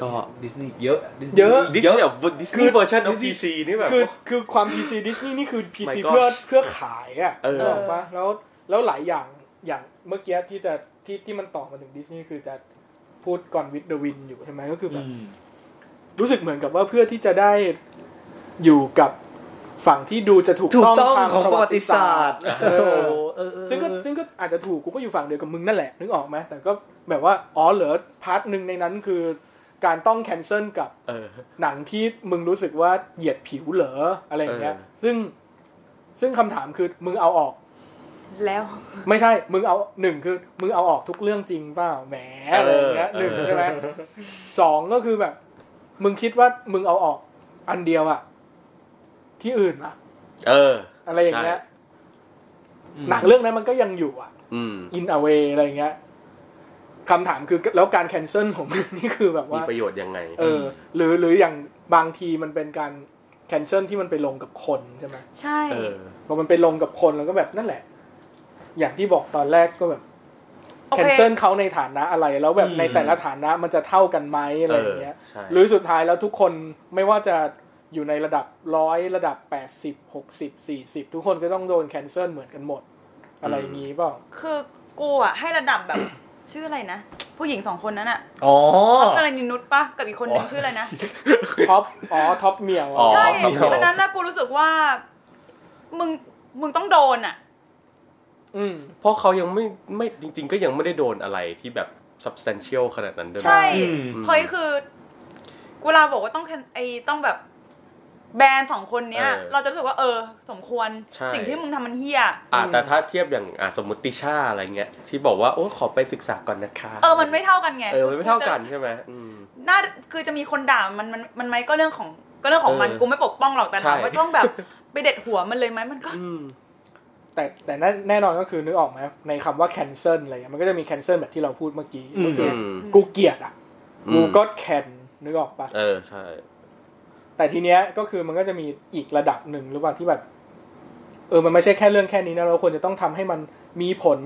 B: ก็
C: ดิสนีย์เยอะ Disney
D: เยอะ
B: ดิสนีย์แบบดิสนีย์เวอร์ชันของ PC นี่แบบ
D: คือคือความ PC ดิสนีย์นี่คือ PC
B: My
D: เพื่อ
B: gosh
D: เพื่อขายอ่ะ
B: เออ
D: นึกออกปะแล้วแล้วหลายอย่างอย่างเมื่อกี้ที่จะที่ที่มันต่อมาถึงดิสนีย์คือจะพูดก่อนวิดเดวินอยู่ใช่ไหมก็คือแบบ
C: อืม
D: รู้สึกเหมือนกับว่าเพื่อที่จะได้อยู่กับฝั่งที่ดูจะถูก
C: ถูก
D: ต้อง
C: ต้อง
D: ทาง
C: ของป
D: ป
C: ระ ระ
D: วั
C: วั
D: ติ
C: ติ
D: ศา
C: ศาส
D: สต
C: ต
D: ร์
C: ร์
D: เออ
C: เออเออ
D: ซึ่งก็ซึ่งก็อาจจะถูกกูก็อยู่ฝั่งเดียวกับมึงนั่นแหละนึกออกไหมแต่ก็แบบว่าอ๋อเหรอพาร์ทหนึ่งในนั้นคือการต้องแคนเซิลกับ
B: เออ
D: หนังที่มึงรู้สึกว่าเหยียดผิวเหรออะไรอย่างเงี้ย
B: เออ
D: ซึ่งซึ่งคำถามคือมึงเอาออก
A: แล้ว
D: ไม่ใช่มึงเอาหนึ่งคือมึงเอาออกทุกเรื่องจริงเปล่าแหมอะไรอย่างเงี้ยหนึ่งใช่ ไหมสองก็คือแบบ มึงคิดว่ามึงเอาออกอันเดียวอะที่อื่นอะ
B: เออ
D: อะไรอย่างเงี้ย
B: ใช่
D: หนังเรื่องนั้นมันก็ยังอยู่อะ
B: อืม
D: อินอเวอะไรอย่างเงี้ย คำถามคือแล้วการแคนเซิลของมันนี่คือแบบ
B: มี
D: ว่า
B: ประโยชน์ยังไง
D: เออ หรือหรืออย่างบางทีมันเป็นการแคนเซิลที่มันไปลงกับคนใช่ไหม
A: ใช่
B: เออ
D: พอมันไปลงกับคนแล้วก็แบบนั่นแหละ อย่างที่บอกตอนแรกก็แบบ
A: โอ
D: แคน
A: เค
D: เซิลเขาในฐานะอะไร แล้วแบบ
B: อืม
D: ในแต่ละฐานะมันจะเท่ากันไหมอะไรอย่างเงี้ย
B: ใช่
D: หรือสุดท้ายแล้วทุกคนไม่ว่าจะอยู่ในระดับร้อยระดับแปดสิบหกสิบสี่สิบทุกคนก็ต้องโดนแคนเซิลเหมือนกันหมด อะไรอย่างงี้เปล่า
A: คือกูอะให้ระดับแบบ ชื่ออะไรนะ ผู้หญิงสองคนนั้นอะ
C: อ๋อ
A: อะไรนินุชปะกับอีกคนนึง
C: อ๋อ
A: ชื่ออะไรนะ
D: ท็อป อ๋อ ท็อปเมียว
B: อ๋อ
A: ใช่
B: ครับผม
A: อันนั้นนะกูรู้สึกว่า มึงมึงต้องโดนอะ
D: อืม
B: เพราะเขายังไม่ไม่จริง ๆ ก็ยังไม่ได้โดนอะไรที่แบบ substantial ขนาดนั้นด้วย
A: ใช่
C: อืม
A: พอยคือเวลาบอกว่าต้องแคนไอต้องแบบแบนสองคนเนี้ย
B: เออ
A: เราจะรู้สึกว่าเออ สมควร
B: ใช่
A: สิ่งที่มึงทำมันเฮีย
B: อ่ะแต่ถ้าเทียบอย่างอ่ะสมมติติชาอะไรเงี้ยที่บอกว่าโอ้ขอไปศึกษาก่อนนะคะ
A: เออมันไม่เท่ากันไง
B: เออมันไม่เท่ากันใช่ไหมอืม
A: น่าคือจะมีคนด่ามันมันมันไหมก็เรื่องของก็เรื่องของมัน
B: เออ
A: กูไม่ปกป้องหรอกแต่ถาม
B: ใช่
A: ว่าต้องแบบไปเด็ดหัวมันเลยไหมมันก็
B: อืม
D: แต่แต่แน่แน่นอนก็คือนึกออกไหมในคำว่า cancel อะไรเงี้ยมันก็จะมี cancel แบบที่เราพูดเมื่อกี้
C: อืม
D: ก็คืออ
B: ม
D: กูเกลียดอ่ะ
B: อื
D: กู
B: ม
D: ก็แคนนึกออกปะ
B: เออใช่
D: แต่ทีเนี้ยก็คือมันก็จะมีอีกระดับหนึ่งหรือเปล่าที่แบบ เออมันไม่ใช่แค่เรื่องแค่นี้นะเราควรจะต้องทำให้มันมีผล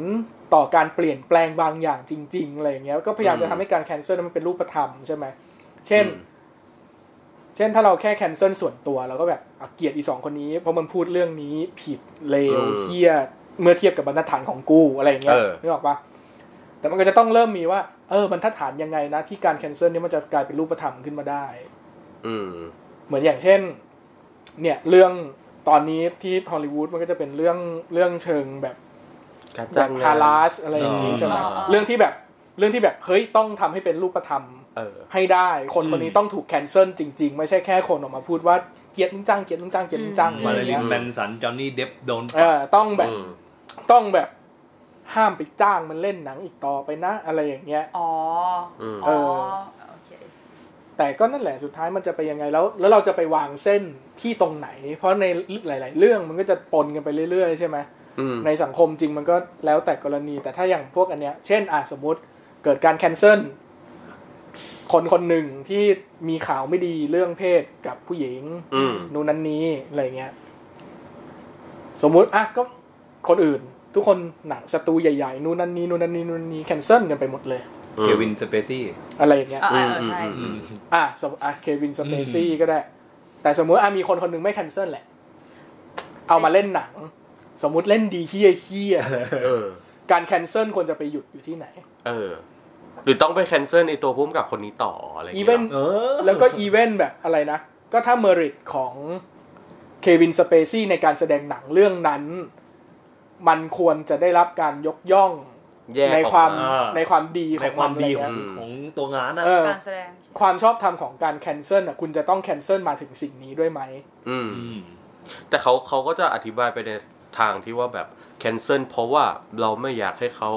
D: ต่อการเปลี่ยนแปลงบางอย่างจริง ๆ อะไรอย่างเงี้ยก็พยายามจะทำให้การ cancel นั้นมันเป็นรูปธรรมใช่ไหมเช่น
B: อืม
D: เช่นถ้าเราแค่แคนเซิลส่วนตัวเราก็แบบอ่ะเกลียดอีสองคนนี้ เพราะมันพูดเรื่องนี้ผิดเลว
B: อืม
D: เฮี้ยเมื่อเทียบกับบรรทัดฐานของกูอะไรอย่างเงี้ย
B: เออ
D: นึกออกปะแต่มันก็จะต้องเริ่มมีว่าเออบรรทัดฐานยังไงนะ ที่การแคนเซิลเนี่ยมันจะกลายเป็นรูปธรรมขึ้นมาได้
B: อืม
D: เหมือนอย่างเช่น เนี่ยเรื่องตอนนี้ที่ฮอลลีวูดมันก็จะเป็นเรื่องเรื่องเชิงแบบ
B: การ
D: แบ
B: จ้าง
D: บ
B: งน
D: พาลาสอะไรอย่างงี้ใช่ไหม
B: อ๋อ
D: เรื่องที่แบบเรื่องที่แบบเฮ้ยต้องทำให้เป็นรูปธรรม
B: เออ
D: ให้ได้คน
B: อืม
D: คนนี้ต้องถูกแคนเซิลจริง ๆ ไม่ใช่แค่คนออกมาพูดว่าเกลียดลุงจ้างเกลียดลุงจ้างเกลียดลุงจ้าง
A: อืม
D: อะ
C: มา
D: ไร
C: ริ
D: เงี้
C: น
D: ย
C: แมนสันจอห์นนี่เดฟโดน
D: เออต้องแบบ
B: อืม
D: ต้องแบบห้ามไปจ้างมันเล่นหนังอีกต่อไปนะ อะไรอย่างเงี้ย
A: อ๋อ
B: อืม
A: อ๋อ
D: เออ
A: โอเค
D: แต่ก็นั่นแหละสุดท้ายมันจะไปยังไงแล้ว แล้วเราจะไปวางเส้นที่ตรงไหน เพราะในหลาย ๆ เรื่องมันก็จะปนกันไปเรื่อย ๆ ใช่ไหม
B: อืม
D: ในสังคมจริงมันก็แล้วแต่กรณี แต่ถ้าอย่างพวกอันเนี้ย เช่นอ่ะสมมติเกิดการแคนเซิลคนคนหนึ่งที่มีข่าวไม่ดีเรื่องเพศกับผู้หญิง
B: อืม
D: นู่นนั้นนี้อะไรเงี้ย สมมุติอ่ะก็คนอื่น ทุกคนหนังสตูใหญ่ๆนู่นนั่นนี้นู่นนั่นนี้นู่นนี้แคนเซิลกันไปหมดเลย
C: เควินสเปซี่
D: อะไรอย่างเงี้ย
A: อ่ะ
B: อืมอืมอืม
C: อื
B: อืม
C: ม
D: อ่ะสมมติอ่ะเควินสเปซี่
C: อืม
D: ก็ได้ แต่สมมติอ่ะมีคนคนหนึ่งไม่แคนเซิลแหละ เอามาเล่นหนัง สมมุติเล่นดีเฮี้ยเฮี้ย
B: เออ
D: การแคนเซิลควรจะไปหยุดอยู่ที่ไหน
B: เออ หรือต้องไปแคนเซิลไอตัวพุ่มกับคนนี้ต่ออะไรอย่าง
D: อี
B: เงี้ย
D: เวน
B: หร
D: ต์
C: เออ
D: แล้วก็อีเวนต์แบบอะไรนะ ก็ถ้าเมริตของเควินสเปซี่ในการแสดงหนังเรื่องนั้น มันควรจะได้รับการยกย่อง
B: แยก
D: ใน
B: ออก
D: ความ
B: มา
D: ในความดี
C: ในความดีของ
D: นอะไรเงี้ย
C: ของตัวงานนะ
D: เออ
A: การแสดง
D: ความชอบธรรมของการแคนเซิลอ่ะคุณจะต้องแคนเซิลมาถึงสิ่งนี้ด้วยไหม
B: อืม
C: ม
B: แต่เขาเขาก็จะอธิบายไปในทางที่ว่าแบบแคนเซิลเพราะว่าเราไม่อยากให้เขา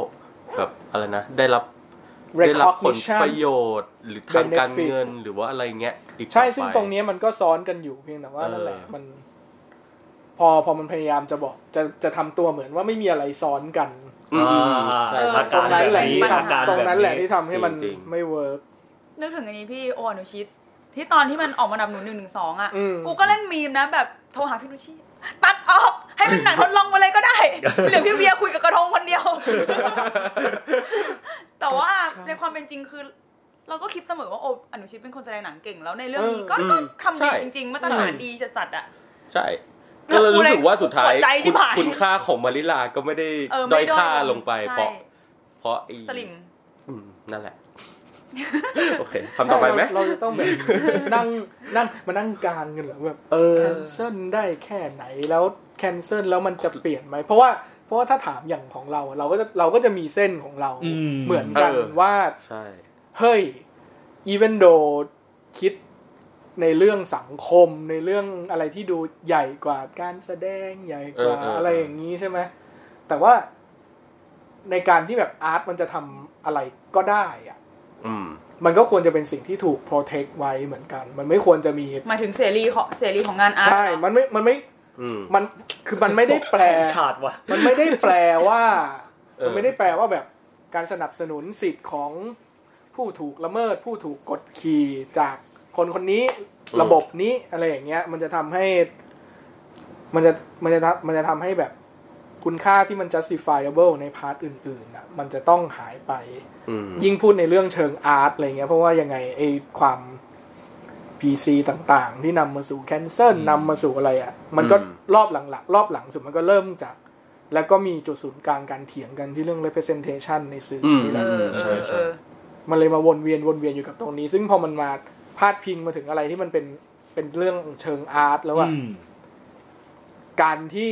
B: แบบอะไรนะ ได้รับได้รับผล
D: recognition
B: ประโยชน์ หรือทางการเงินหรือว่าอะไรเงี้ยอีกต่อไป
D: ใช่ซึ่งตรงเนี้ยมันก็ซ้อนกันอยู่เพียงแต่ว่า
B: เออ
D: นั่นแหละมัน พอพอมันพยายามจะบอกจะจะทำตัวเหมือนว่าไม่มีอะไรซ้อนกัน
B: อืมอืม
C: อ่า
B: ใช่
A: เออ
C: อา
D: ตร
C: การ
D: ง
C: แบบ
D: นั้นแหละ
C: นี้
D: ที่
C: อาการ
D: ทำตรง
C: แบบ
D: นั้นแหละ
C: นี้
D: ที่ทำให้มัน
B: จริงๆ
D: ไม่เวิร์ก
A: นึกถึงอันนี้พี่โออนุชิต ที่ตอนที่มันออกมาดับหนูหนึ่งหนึ่งสองอ่ะ
D: อืม
A: กูก็เล่นมีมนะ แบบโทรหาพี่นุชิ ตัดออก ให้เป็นหนังทดลองมาเลยก็ ได้ เหลือพี่เบียร์คุยกับกระทงคนเดียว แต่ว่าในความเป็นจริงคือ เราก็คิดเสมอว่าโออนุชิตเป็นคนแสดงหนังเก่งแล้วในเรื่องนี้ก็
B: เออ
A: ก็ทำ
B: ใช่
A: ดีจริงๆมาตรฐานดีจัดๆอ่ะ
B: ใช่ก็เลยรู้สึกว่าสุดท้าย
A: ปวดใจชิบหาย
B: คุณค่าของมาริลาก็ไม่ได้
A: เออ
B: ด้
A: ไม่
B: อย
A: ด้อย
B: ค่าลงไป
A: ใช่
B: เพราะเพราะไอ้
A: สลิม
B: อืมนั่นแหละ โอเคคำต่อไปไหม
D: ใช่เราเราจะต้องแบบ นั่งนั่งมานั่งกลางกันเหรอแบบ
B: เออ
D: แคนเซิลได้แค่ไหนแล้วแคนเซิลแล้วมันจะเปลี่ยนไหมเพราะว่าเพราะว่าถ้าถามอย่างของเราอะเราก็จะเราก็จะมีเส้นของเรา
C: อืม
D: เหมือนกัน
B: เออ
D: ว่า
B: ใช่
D: เฮ้ยอีเวนโดคิดในเรื่องสังคมในเรื่องอะไรที่ดูใหญ่กว่าการแสดงใหญ่กว่า
B: เออเออเอออ
D: อะไรอย่างนี้ใช่ไหมแต่ว่าในการที่แบบอาร์ตมันจะทำอะไรก็ได้อะ
B: อืม
D: มันก็ควรจะเป็นสิ่งที่ถูกโปรเทคไว้เหมือนกัน มันไม่ควรจะมี
A: หมายถึงเสรีของเสรีของงานอาร์ต
D: ใช่มันไม่มันไม่
B: อืม
D: มันคือมันไม่ได้แปล
C: ชาติว่ะ
D: มันไม่ได้แปลว่า
B: เออ
D: มันไม่ได้แปลว่าแบบ การสนับสนุนสิทธิ์ของผู้ถูกละเมิด ผู้ถูกกดขี่จากคนคนนี้
B: อืม
D: ระบบนี้อะไรอย่างเงี้ย มันจะทำให้ มันจะมันจะทำมันจะทำให้แบบคุณค่าที่มัน justifiable ในพาร์ทอื่นๆนะมันจะต้องหายไป
B: อืม
D: ยิ่งพูดในเรื่องเชิงอาร์ตอะไรเงี้ยเพราะว่ายังไงไอ้ความ PC ต่างๆ ที่นำมาสู่แคนเซิลนำมาสู่อะไรอะ่ะ มันก็
B: อืม
D: รอบหลังๆรอบหลังสุดมันก็เริ่มจาก แล้วก็มีจุดศูนย์กลางการเถียงกันที่เรื่อง representation ในสื่ออ
B: ม
D: นี่แห
A: เอ
D: ละ
A: อเอ
B: ใช่
A: อ
B: ใช่
A: เออ
D: มันเลยมาวนเวียนวนเวียนอยู่กับตรงนี้ ซึ่งพอมันมาพาดพิงมาถึงอะไรที่มันเป็นเป็นเรื่องเชิงอาร์ตแล้วอะ
C: อืม
D: การที่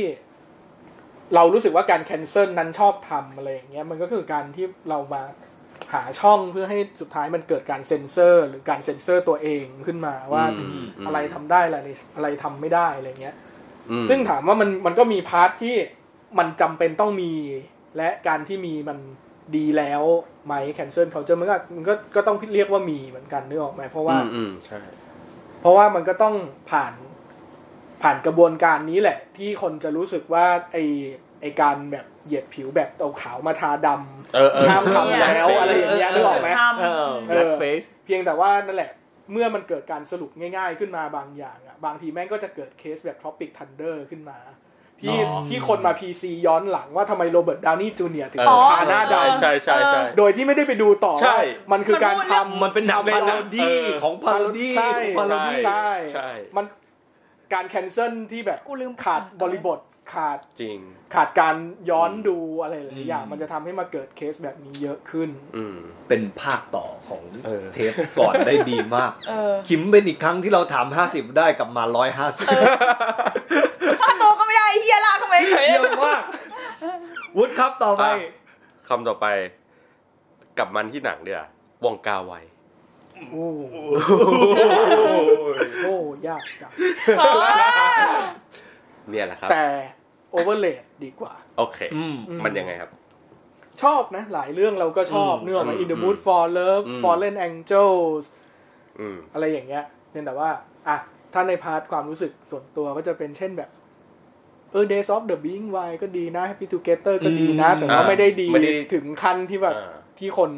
D: เรารู้สึกว่าการแคนเซิลนั้นชอบทำอะไรอย่างเงี้ยมันก็คือการที่เรามาหาช่องเพื่อให้สุดท้ายมันเกิดการเซ็นเซอร์ หรือการเซ็นเซอร์ตัวเองขึ้นมาว่า
B: อืม
D: อะไรทำได้อะไรอะไรทำไม่ได้อะไรเงี้ย
B: อืม
D: ซึ่งถามว่ามันมันก็มีพาร์ทที่มันจำเป็นต้องมี และการที่มีมันดีแล้วไหมแคนเซิลเขาจะมันก็มันก็ก็ต้องเรียกว่ามีเหมือนกันนึกออกไหมเพราะว่า
B: อืมอืมใช่
D: เพราะว่ามันก็ต้องผ่านผ่านกระบวนการนี้แหละ ที่คนจะรู้สึกว่าไอไอการแบบเหยียดผิวแบบเอาขาวมาทาด
B: เออเออ
D: ำห้ามทำแล้วอะไรอย่างเงี้ยนึกออกไหม
A: ทำ
E: เออ
D: เออ
E: blackface
D: เพียงแต่ว่านั่นแหละ เมื่อมันเกิดการสรุปง่ายๆขึ้นมาบางอย่างอะบางทีแม่งก็จะเกิดเคสแบบ Tropic Thunder ขึ้นมา ที่
B: อ๋อ
D: ที่คนมา PC ย้อนหลังว่าทำไมโรเบิร์ตดาวนี่จูเนียร์ถึง
B: เอ
A: อ๋
B: อ
A: อ
D: ทาหน้า
B: ใช่
D: ดำ
B: ใช่ใช่ใช่
D: โดยที่ไม่ได้ไปดูต่อ
B: ใช่
D: ว่ามันคือการทำ
C: มันเป็นหนังพาโรดี้
B: เออ
C: ของพาโรดี้
D: ใช่
C: ของพาโรดี้
D: ใช่
B: ใช่
D: มันการแคนเซิลที่แบบ
A: กูลืม
D: ขาดบริบทขาด
B: จริง
D: ขาดการย้อนดูอะไรหลายๆอย่าง
C: อืม
D: มันจะทำให้มาเกิดเคสแบบนี้เยอะขึ้น
B: อืม
C: เป็นภาคต่อของ
B: เออ
C: เทปก่อนได้ดีมาก
A: เออ
C: คิมเป็นอีกครั้งที่เราถาม 50 ได้กลับมา 150
A: ค่าตัวก็ไม่ได้ไอ้เฮียลากเข้าไปเฉย
C: เยอะมาก วุฒิครับต่อไป
B: อ่ะ คำต่อไปกลับมันที่หนังเดียววองกาไว
D: โอ้โหโอ้ยากจัง
A: เออ
B: เนี่ยแหละครับ
D: แต่โอเวอร์เลดดีกว่า
B: โอเค
C: อืม
B: มันยังไงครับ
D: ชอบนะ หลายเรื่องเราก็ชอบ
C: อืม
D: เนื้อมา
B: อืม
D: In the Mood for Love
B: อืม
D: Fallen Angels
B: อืม
D: อะไรอย่างเงี้ยเพียงแต่ว่า อ่ะ ถ้าในพาร์ทความรู้สึกส่วนตัวก็จะเป็นเช่นแบบ เออ Days of the Being Wild ก็ดีนะ Happy Together ก็ดีนะ
C: อืม
D: แต่ว่า
B: อ่า
D: ไม่ได้ดี
B: ไม่ได้
D: ถึงขั้นที่แบบ
B: อ่า
D: ที่คน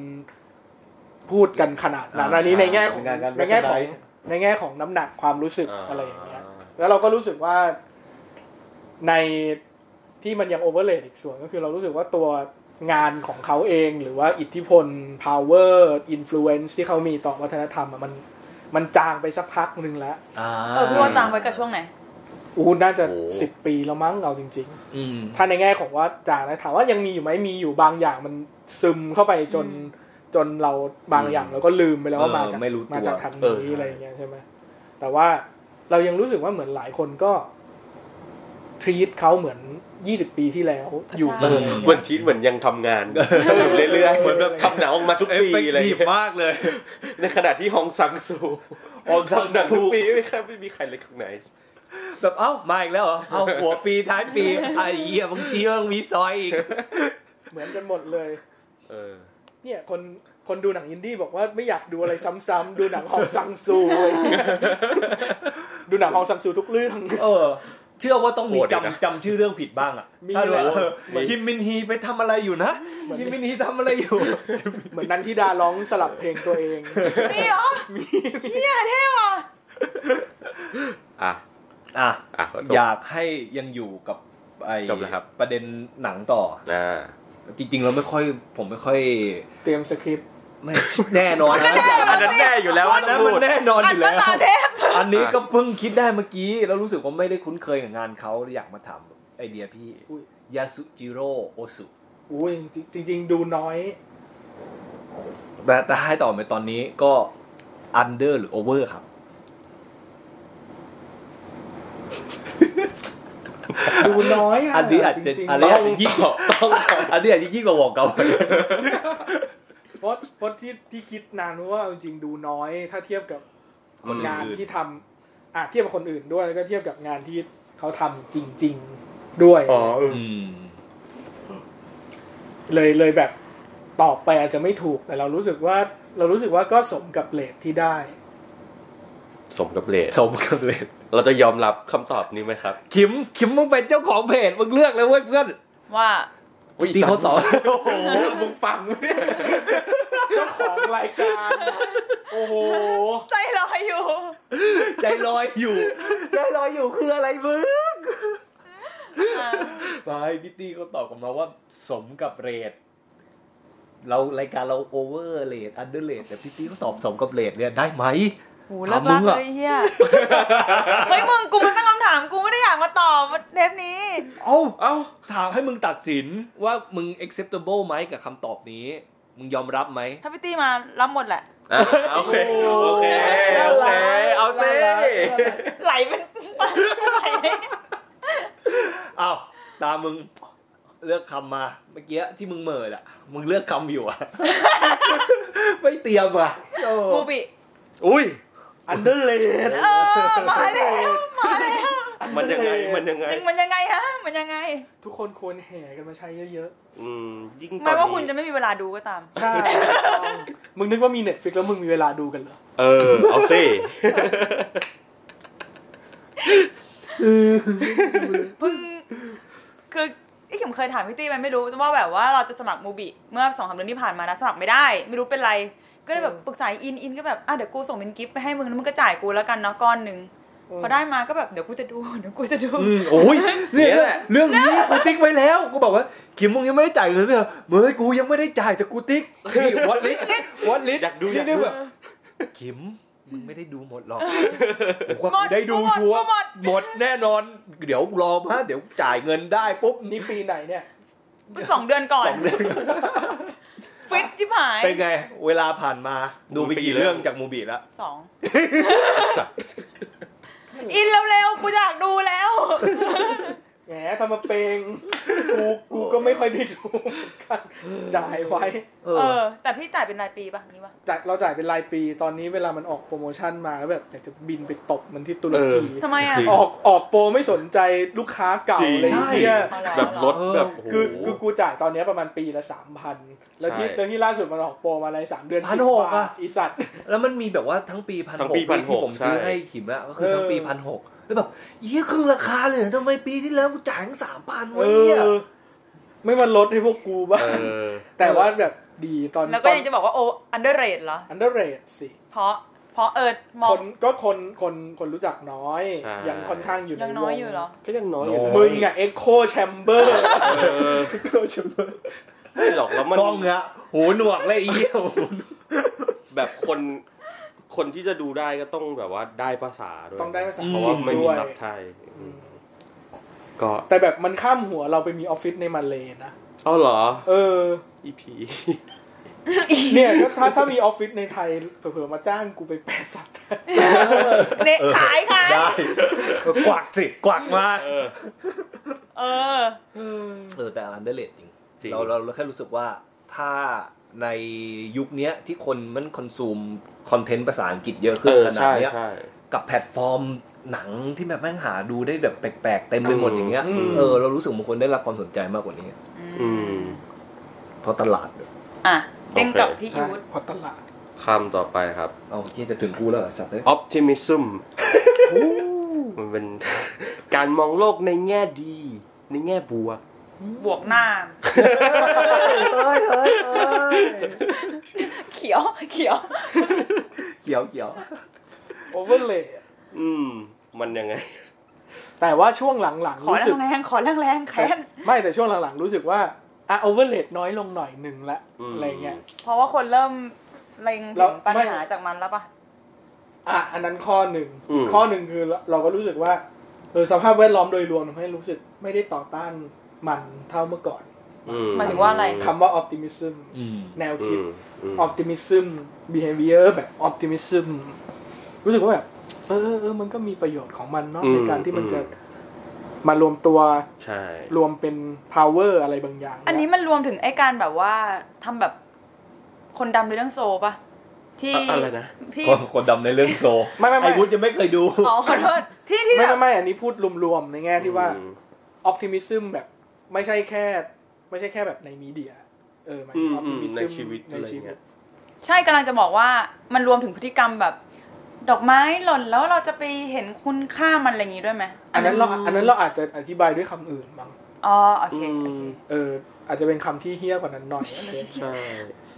D: พูดกันขนาดนั้น
C: อ่า
D: อันนี้
C: ใช่
D: ในแง่ของ
C: เป็นการ
D: ในแง่ของ
C: recognize
D: ในแง่ของน้ำหนักความรู้สึก
B: อ่า
D: อะไรอย่างเงี้ย แล้วเราก็รู้สึกว่าในที่มันยังโอเวอร์เลดอีกส่วนก็คือเรารู้สึกว่าตัวงานของเขาเองหรือว่าอิทธิพล power influence ที่เขามีต่อวัฒนธรรมอะมันมันจางไปสักพักหนึ่งแล้ว
A: เออพี่ว่าจางไว้กับช่วงไหน
D: อูน่าจะ
B: โอ้
D: สิบปีแล้วมั้งเอาจริง
C: อืม
D: ๆ ถ้าในแง่ของว่าจางนะถามว่ายังมีอยู่ไหมมีอยู่บางอย่างมันซึมเข้าไปจน
A: อืม
D: จนเราบางอย่างเราก็ลืมไปแล้วว่า
C: เออ
D: มาจาก
C: ไม่รู้ตัว
D: จากทาง
B: เออ
D: นี้
B: ใช่
D: อะไรอย่างเงี้ยใช่ไหมแต่ว่าเรายังรู้สึกว่าเหมือนหลายคนก็ทรีตเขาเหมือนยี่สิบปีที่แล้วอยู่
A: เออ
B: เหมือนทีเหมือนยังทำงานอยู่เรื่อยๆเหมือนแบบทำหนังออกมาทุก
C: เอฟ
B: ปี
C: เฟก
B: อะไรอย่าง
C: ตี
B: เงี้
C: ฟ
B: ย
C: มากเลย
B: ในขณะที่ฮองซังซู
C: ฮองซังซู
B: ทำหนังทุกปีไม่เคยไม่มีใครเลยข้างใน
C: แบบเอ้า มาอีกแล้วเหรอ เอาหัวปีท้ายปี ไอ้เหี้ยบางทีมันมีซอยอีก
D: เหมือนกันหมดเลย
B: เออ
D: เนี่ยคนคนดูหนังอินดี้บอกว่าไม่อยากดูอะไรซ้ำๆดูหนังฮองซังซูอะไรอย่างเงี้ย ดูหนังฮองซังซูทุกเรื่อง
C: เออ เชื่อว่าต้องมี
B: โหดเลยนะ
C: จำจำชื่อเรื่องผิดบ้างอ่ะ
D: มี
C: ถ้าดู
D: แหละ
C: เออคิมมินฮีไปทำอะไรอยู่นะ
D: เหมือน
C: คิมมินฮีทำอะไรอยู่
D: เหมือนนันทิดาร้องสลับเพลงตัวเอง
A: นี่เหรอเฮียเท่ว่ะ
B: อ่ะ
C: อ่ะ
B: อ่ะขอโทษ
C: อยากให้ยังอยู่กับไอ้
B: จบแล้วครับ
C: ประเด็นหนังต่อ
B: อ่า
C: จริงๆเราไม่ค่อย ผมไม่ค่อย
D: เตรียมสคริปต์
C: ไม่ แน่นอนนะ
B: อันนั้นแน่อยู่แล้ว
C: อัน
B: ต้
C: นั้
B: อน ง
C: มั
B: พู
C: น
B: ด
C: แน่นอนอยู่แล้ว
A: อันภาษาเทพ
C: อันนี้
B: อ่ะ
C: ก็เพิ่งคิดได้เมื่อกี้แล้วรู้สึกว่าไม่ได้คุ้นเคยกับงานเขาอยากมาถามไอเดียพี่ยาสุจิโร่โอสุ
D: อุ้ยจริง ๆ ดูน้อย
C: แต่แต่ให้ต่อไปตอนนี้ก็อันเดอร์หรือโอเวอร์ครับ
D: ดูน้อย
C: อันนี้อาจจะ
D: ริงๆ
C: อัน
D: เพ
C: นี้
D: ราะ
C: อาจจะยิ่งกว่า อันนี้อาจจะยิ่งกว่าบอกเก่า
D: เพราะเพราะที่ที่คิดนานเพราะว่าเอาจริงๆดูน้อย ถ้าเทียบกับคนงานที่ทำอ่ะเทียบกับคนอื่นด้วยแล้วก็เทียบกับงานที่เขาทำจริง ๆด้วย
C: อืม
D: เลยเลยแบบตอบไปอาจจะไม่ถูกแต่เรารู้สึกว่าเรารู้สึกว่าก็สมกับเลทที่ได้
B: สมกับเลท
C: สมกับเลย
B: เราจะยอมรับคำตอบนี้ไหมครับ
C: คิม คิมมึงเป็นเจ้าของเพจมึงเลือกเลยเว้ยเพื่อน
A: ว่า
B: โอ อุ๊ย
C: ที่เขาต่อ
B: สัตว์โอ้โหมึงฟัง
D: เจ้าของรายการ โอ้โห
A: ใจลอยอยู่
C: ใจลอยอยู่ ใจลอยอยู่คืออะไรมึงไปพิตตี้เขาตอบกลับมาว่าสมกับเรทเรารายการเราโอเวอร์เรทอันเดอร์เรทแต่พิตตี้เขาตอบสมกับเรทเนี่ยได้ไหม
A: โอ้
C: ถา
A: เลิก
C: มมึ
A: ลัก
C: งอะ
A: เลยเฮียเฮ้ยมึงกูมาตั้งคำถามกูไม่ได้อยากมาตอบเทปนี้
C: เอ้า
B: เอ้า
C: ถามให้มึงตัดสินว่ามึง acceptable ไหมกับคำตอบนี้ มึงยอมรับไหม
A: ถ้าพี่ตี้มารับหมดแหละ
B: อ่ะโอเค โอเค
C: น่า
B: โอ
C: รั
B: เค
C: ก
B: เอา
C: น่า
B: สิ
C: รัก
A: ไหลเป็นไหล
C: อ้าวตามมึงเลือกคำมา เมื่อกี้ที่มึงเหมิดอ่ะ มึงเลือกคำอยู่อ่ะ ไม่เตรียมอ่ะโอ้
A: บูบิ
B: อุ้ย
D: อันเดอร์เลด
A: เออมาแล้วมาแล้ว
B: มันยังไง
D: เลย
B: มันยังไง
A: มันยังไงฮะ มันยังไง
D: ทุกคนควรแห่กันมาใช้เยอะ
B: อืม ยิ่งต
A: ไม่
B: อน
A: ว่าคุณจะ
B: นี้
A: ไม่มีเวลาดูก็ตาม
D: ๆ ใช่ต้องมึงนึกว่ามีเน็ตฟิกแล้วมึงมีเวลาดูกันเหรอ
B: เออ เอาสิ
A: เพิ่งคือไอ้เข็มเคยถามพี่ตี้มันไม่รู้ว่าแบบว่าเราจะสมัครมูบิเมื่อสองสามเดือนที่ผ่านมานะสมัครไม่ได้ ไม่รู้เป็นไร ก็เลยแบบปรึกษาอินอินก็แบบอ่ะเดี๋ยวกูส่งเป็นกิฟต์ไปให้มึงแล้วมึงก็จ่ายกูแล้วกันเนาะก้อนหนึ่ง
D: อืม
A: พอได้มาก็แบบเดี๋ยวกูจะดู เดี๋ยวกูจะดู
C: อืมโอ้ยเนี่ยเรื่องเรื่องนี้กูติ๊กไว้แล้ว กูบอกว่าคิมมึงยังไม่ได้จ่ายเงินเลยเหรอเหมือนกูยังไม่ได้จ่ายแต่กูติ๊กวัดลิสวัดลิส
B: อยากดูอยาก
C: นี่
B: ดู
C: แบบคิมมึงไม่ได้ดูหมดหร อกกูว่ากูได้ดู
A: หม
C: ชัวร์
A: หมด
C: หมดแน่นอน เดี๋ยวรอมาเดี๋ยวจ่ายเงินได้ปุ๊บนี่
D: นี่ปีไหนเนี่ย
A: หมดสองเดือนก่อน ฟิตจิ๋หาย
C: เป็นไง เวลาผ่านมาดูไปกี่
B: เรื่
C: เรื่อ
B: อง ง
C: จากมูบีแล้ว
A: สอง
B: สัตว์
A: อินเร็วๆกูอยากดูแล้ว
D: แหมทำมาเปงกูกูก็ไม่ค่อยได้ดูเหมือนกันจ่ายไว้
C: เอ
A: เอ
C: อ
A: อ แต่พี่จ่ายเป็นรายปีป่ะนี่ป่ะ
D: จ่ายเราจ่ายเป็นรายปีตอนนี้เวลามันออกโปรโมชั่นมาแล้วแบบอยากจะบินไปตบมันที่ตุรกี
A: ทำไมอ่ะ
B: จริง
D: ออกออกโปรไม่สนใจลูกค้าเก่า
B: จริง
D: เลยเนี่ย
A: เอาเหอ
B: แบบลด
C: เออ
B: แบบโอ้โห
D: คือคือกูจ่ายตอนเนี้ยประมาณปีละสามพันแล้วที่
B: ใช่
D: เดือนที่ล่าสุดมันออกโปรมาในสามเดือน
C: พั
D: สิ
C: น
D: บ
C: หก
D: บา
C: อะ
D: ทอีสัตว์
C: แล้วมันมีแบบว่าทั้งปีพัน
B: ทั้
C: หก
B: งปี1,600
C: ที่ผมซื้อ
B: ใช่
C: ให้ขิมอะก็คือทั้งปี
D: เออ
C: พันหกแล้วแบบเยี่ยครึ่งราคาเลยเหรอทำไมปีที่แล้วกูจ่ายสามพัน
D: เอ
C: วะเนี่ย
D: อ ไม่มาลดให้พวกกูบ้าง
B: เออ
D: แต่ว่าแบบดีตอน
A: แล้วก็ยังจะบอกว่าโออันเดอร์เรเหรอ
D: อันเดอร์เรทสิ
A: เพราะเพราะเอิร์ดมอ
D: ค
A: ง
D: นก็คนคนคนรู้จักน้อย
B: ใช่
D: ยังค่อนข้างอยู่ใน
A: ยังน้อยอยู่เหรอ
B: ก็ยังน้อยอยู่นะ
D: มึงอะเอ็กโคแชมเบอร์
B: เออ
D: เอ็กโคแชมเบอร์
B: ไม่หรอกแล้วมัน
C: กล้องอะหูหนวกเลยไอ้เยี่ยว
B: แบบคน คนที่จะดูได้ก็ต้องแบบว่าได้ภาษาด้วย
D: ต้องได้ภาษา
B: เพราะว่าไม่
D: ด้
B: มี
D: วย
B: ซับไทยอืมก็
D: แต่แบบมันข้ามหัวเราไปมีออฟฟิศในมาเลนะ
B: เอาเหรอ
D: เออ
B: อีพี
D: เนี่ยก็ถ้าถ้ามีออฟฟิศในไทยเผื่อๆมาจ้างกูไปแปลสัตว์
A: เนขายขาย
C: ได้ก็กวักสิกวักมา
A: เออ
C: เออแต่อันเดอร์เลจริง
B: จริง
C: เราเราเราแค่รู้สึกว่าถ้าในยุคเนี้ยที่คนมันคอนซูมคอนเทนต์ภาษาอังกฤษเยอะขึ้นขนาด
B: ใช่
C: เนี้ย
B: ใช่
C: กับแพลตฟอร์มหนังที่แบบแม่งหาดูได้แบบแปลกๆเต็มไปหมด
B: อืม
C: อย่างเงี้ย
D: อืม
C: เออเรารู้สึกบางคนได้รับความสนใจมากกว่านี้
B: อืม
C: เพราะตลาด
A: อ่ะเด้งกับ
B: โอเค
A: พี่
D: ใช่
A: ยูด
D: พอตลาด
B: คำต่อไปครับ
C: เอาเฮียจะถึงกูแล้วเหรอสัตว์เลย
B: optimism มันเป็น การมองโลกในแง่ดี ในแง่บวก
A: บวกหน้า
C: เฮ้ยเฮ้ยเฮ้ย
A: เขียวเขียว
C: เกี่ยวเกี่ยว
D: โอเวอร์เลย
B: อืม มันยังไง
D: แต่ว่าช่วงหลัง
A: ขอ
D: ๆรู้
A: แร
D: สึก
A: งแรงๆขอแรงแรงๆแค้น
D: ไม่แต่ช่วงหลังๆรู้สึกว่าอ่ะโอเวอร์เลดน้อยลงหน่อยหนึ่งละ
B: อืม
D: อะไรเงี้ย
A: เพราะว่าคนเริ่มเล็ง
D: เรา
A: ถึงปัญ
D: ไม่
A: หาจากมันแล้วป่ะ
D: อ่ะอันนั้นข้อหนึ่ง
B: อืม
D: ข้อหนึ่งคือเราเราก็รู้สึกว่าเออสภาพแวดล้อมโดยรวมทำให้รู้สึกไม่ได้ต่อต้านมันเท่าเมื่อก่อน
B: อื
A: หมายถึงว่าอะไร
D: คำว่า optimism
C: อืม
D: แนว
B: อื
D: คิด
B: มอืม
D: optimism behavior แบบ optimism รู้สึกว่าแบบเออเออเออมันก็มีประโยชน์ของมันเนาะ
B: อืม
D: ในการที่มัน
B: อืม
D: จะมารวมตัว
B: ใช่
D: รวมเป็น power อะไรบางอย่าง
A: อันนี้มันรวมถึงไอ้การแบบว่าทำแบบคนดำในเรื่องโซป่ะ ที่
B: อะอะไรนะ
A: ที่
C: คนคนดำในเรื่องโซ
D: ไม่ไม่
C: ไอ้
D: ไม่
C: วุฒยังไม่เคยดู
A: อ๋อขอโทษที่ที่
D: ไม่
A: แบ
D: ไม่
A: บ
D: ไม่อันนี้พูดรวมๆในแง่ที่ว่า
B: อืม
D: optimism แบบไม่ใช่แค่ ไม่ใช่แค่แบบในมีเดีย เออหมาย
B: อื
D: ถึง
B: มอืม
D: optimism
B: ในชีวิต
D: ใน
B: อะไร
D: ชีวิ
B: เงี้
D: ต
B: ย
A: ใช่กำลังจะบอกว่ามันรวมถึงพฤติกรรมแบบ ดอกไม้หล่นแล้วเราจะไปเห็นคุณค่ามันอะไรอย่างงี้ด้วยไหม
D: อันนั้นเราอันนั้นเราอาจจะอธิบายด้วยคำอื่นมั้ง
A: อ๋อโอเค
B: อื
A: โอเค
B: ม
D: เออ อาจจะเป็นคำที่เฮี้ยกว่านั้นห น่อย
B: ใช่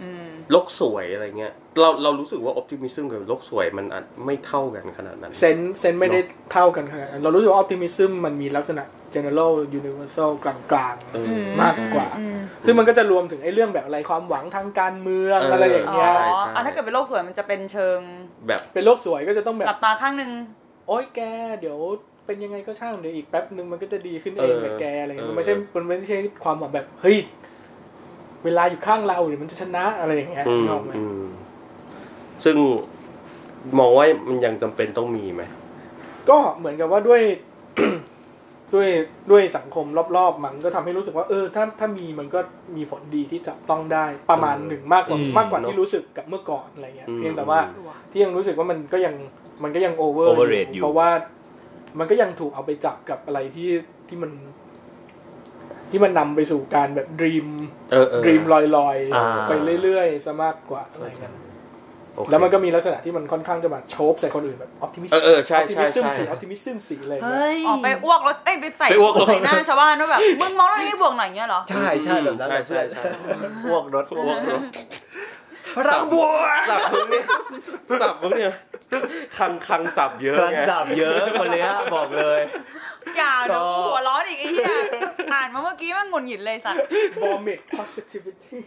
A: อืม
B: โลกสวยอะไรเงี้ย เราเรารู้สึกว่าอ p t ติมิซึมกับโลกสวยมันอาจไม่เท่ากันขนาดนั้น
D: เซนส์เซนส์ไม่ได้เท่ากันขนาดนั้นเรารู้สึกว่าออ t ติมิซึมมันมีลักษณะ general universal กลาง
B: เออ
D: ๆ มากกว่า ซึ่งมันก็จะรวมถึงไอ้เรื่องแบบอะไรความหวังทางการเมือง
B: เอออ
D: อะไรอย่าง
A: อ๋
D: เงี้
A: อ
D: ย
B: ใช่
A: อ่ะถ้าเกิดเป็นโลกสวยมันจะเป็นเชิง
B: แบบ
D: เป็นโลกสวยก็จะต้องแบ
A: หลั
D: บ
A: บตาข้างหนึ่ง
D: โอ๊ยแก เดี๋ยวเป็นยังไงก็ช่างเดี๋ยวอีกแป๊บหนึ่งมันก็จะดีขึ้นเองแหละแกอะไรเงี้ยมันไม่ใช่มันไม่ใช่ความหวังแบบเฮ้ยเวลาอยู่ข้างเราเดี๋ยวมันจะชนะอะไรอย่างเงี้ย
B: อืม
D: นึกออกไหม
B: อืมซึ่งมองว่ามันยังจำเป็นต้องมีไหม
D: ก็เหมือนกับว่าด้วย ด้วยด้วยสังคมรอบๆมันก็ทำให้รู้สึกว่าเออถ้าถ้ามีมันก็มีผลดีที่จับต้องได้ประมาณหนึ่งมากกว่า
C: อืม
D: มากกว่า
B: เนอะ
D: ที่รู้สึกกับเมื่อก่อนอะไรเงี้ย
B: อืม
D: เพียงแต่ว่า ที่ยังรู้สึกว่ามันก็ยังมันก็ยังโอเวอร์
C: Overrate อยู่
D: เพราะว่ามันก็ยังถูกเอาไปจับกับอะไรที่ที่มัน ที่มันนำไปสู่การแบบดรีม
B: เออเออ
D: ดรีมลอยลอยๆ
B: อ่า
D: ไปเรื่อยๆซะมากกว่าอะไรเงี้ย
B: โอเค
D: แล้วมันก็มีลักษณะที่มันค่อนข้างจะมาโชบใส่คนอื่นแบบออพติมิส
B: เออเออใช่ใช่
D: ซึม
B: ใช่
D: สีออพติมิซึมสีอะไร
C: เฮ
D: เงี้ย้
C: ย
A: ออกไปอ้วกแล้วเอ้ยไปใส่
B: ไปอ้วกรถ
A: ใส่หน้าชาวบ้านว่าแบบ มึงมองแล้วไม่บวกหน่อยเงี้ยเหรอ
C: ใช่ใช่แบบนั้นแหละ
B: ใช่ใช่ใช่
C: พวกรถ
B: พวกรถ
C: พลังบวก
B: สับมึงเนี่ยสับมึงเนี่ยคังคังสับเยอะ
C: พลัง
B: ไง
C: สาบเยอะคนเนี้ยบอกเลย
A: อย่าเดี๋ยว
C: ชอบ
A: กูหัวร้อนอีกไอ้เหี้ยอ่านมาเมื่อกี้มันหงุดหงิดเลยสัตว์
D: บอมเมดโพซิทิฟิตี้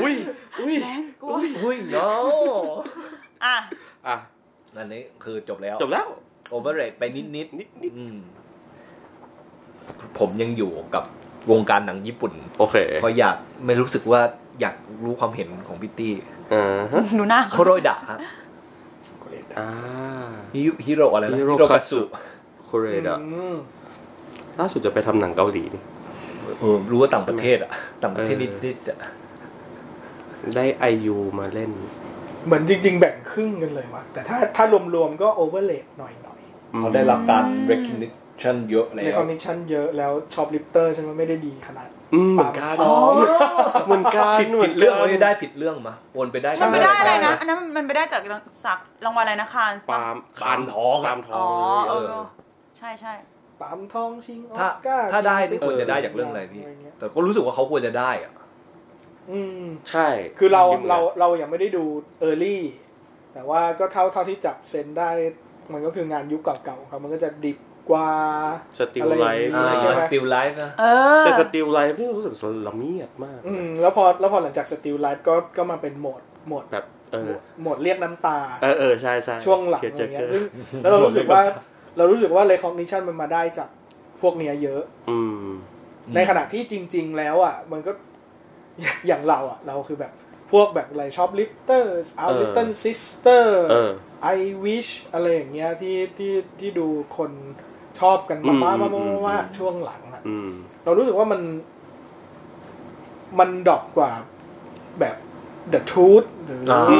B: อุ้ย
D: อุ้ย
A: แรงกู
C: อุ้ยเนา
A: อ่ะ
B: อ่ะ
C: อันนี้คือจบแล้ว
B: จบแล้ว
C: โอเวอร์เรทไปนิดนิด
B: นิดนิด
C: ๆอืมผมยังอยู่กับวงการหนังญี่ปุ่น
B: โอเค
C: เพราะอยากไม่รู้สึกว่าอยากรู้ความเห็นของพี่ตี้
B: อ่าฮะ
A: ดูหน้า
C: โคโรยดะครับ
B: อ่า
C: ฮิฮิโร่อะไรนะ
B: ฮิโร
C: ฮิ
B: คา
C: โร่ะ
B: สุโคเรดะ
D: อืม
B: ล่าสุดจะไปทำหนังเกาหลีนี่
C: เออรู้ว่าต่างประเทศอ่ะ ต่างประเทศนิดนิดๆอะ
B: ได้ไอยูมาเล่น
D: เหมือนจริง ๆ แบ่งครึ่งกันเลยว่ะแต่ถ้าถ้ารวมๆก็โอเวอร์เลดหน่อยๆ
C: เขาได้รับการ recognition เยอะแล้
D: ใน
C: ว
D: คอมมิชชั่นเยอะแล้วช็อปลิฟเตอร์ฉันว่าไม่ได้ดีขนาด
B: อืมเหมือนกัน
D: อ๋อ
B: เหมือนกัน
C: ผิด
B: หมื
C: ผิ
B: น
C: ด
B: กัน
C: เรื่องไม่ได้ผิดเรื่องมะวนไปได้
A: มันไม่ได้
C: ทาง
A: อะ
C: ห
A: ไรนะ อันนั้นมันไม่ได้จากสักรางวัลอะไรนะคานส์ปะ
B: ปาล์ม
C: ปาล์มทองอะ
B: ปาล์มทอ
A: อ๋อง เอ
B: เลย
A: อใช่ใช่
D: ปามทองชิงออ
C: ถ้า
D: สการ์
C: ถ้าได้
D: ชิง
C: นี่ควรจะได้จากเรื่องอะไรพี่ แต่ก็รู้สึกว่าเขาควรจะได้อ่ะ
D: อืม
B: ใช่
D: คือเรา
B: จงๆ
D: เรา
B: นะ
D: เรายังไม่ได้ดูเออร์ลี่แต่ว่าก็เท่าเท่าที่จับเซนได้ มันก็คืองานยุคเก่าๆครับมันก็จะดิบกว่า
B: สติล
D: อะไร
B: ไลฟ์
D: อย่างงี้
C: อ่า
D: ใช่ไหม
C: still life นะ
A: เออ
B: แต่สติลไลฟ์นี่รู้สึกละเมียดมาก
D: อืมแล้วพอแล้วพอหลังจากสติลไลท์ก็ก็มาเป็นโหมดโหมด
B: แบบเออ
D: โหมดเรียกน้ำตา
B: เออเออใช่ใช่
D: ช่วงหลัง
B: เชีย
D: อะ
B: ร์เจอ
D: ไร
B: เก
D: เงี้
B: อย ร์
D: ซึ่งแล้วเรารู้สึกว่าเรารู้สึกว่าเลคอมนิชั่นมันมาได้จากพวกเนี้ยเยอะ
B: อืม
D: ในขณะที่จริง ๆ แล้วอ่ะ มันก็อย่างอย่างเราอ่ะ เราคือแบบพวกแบบอะไรชอบลิฟเตอร์เอาลิตเติ้ลซิสเตอร์
B: เออ
D: ไอวิชอะไรอย่างเงี้ยที่ที่ที่ดูคนชอบกันมา
B: อืม
D: บ้าบ้า
B: อืมอืม
D: บ้าช่วงหลังอ่ะ
B: อืม
D: เรารู้สึกว่ามัน มันดรอปกว่าแบบ The Truth หรืออ
C: า
B: อื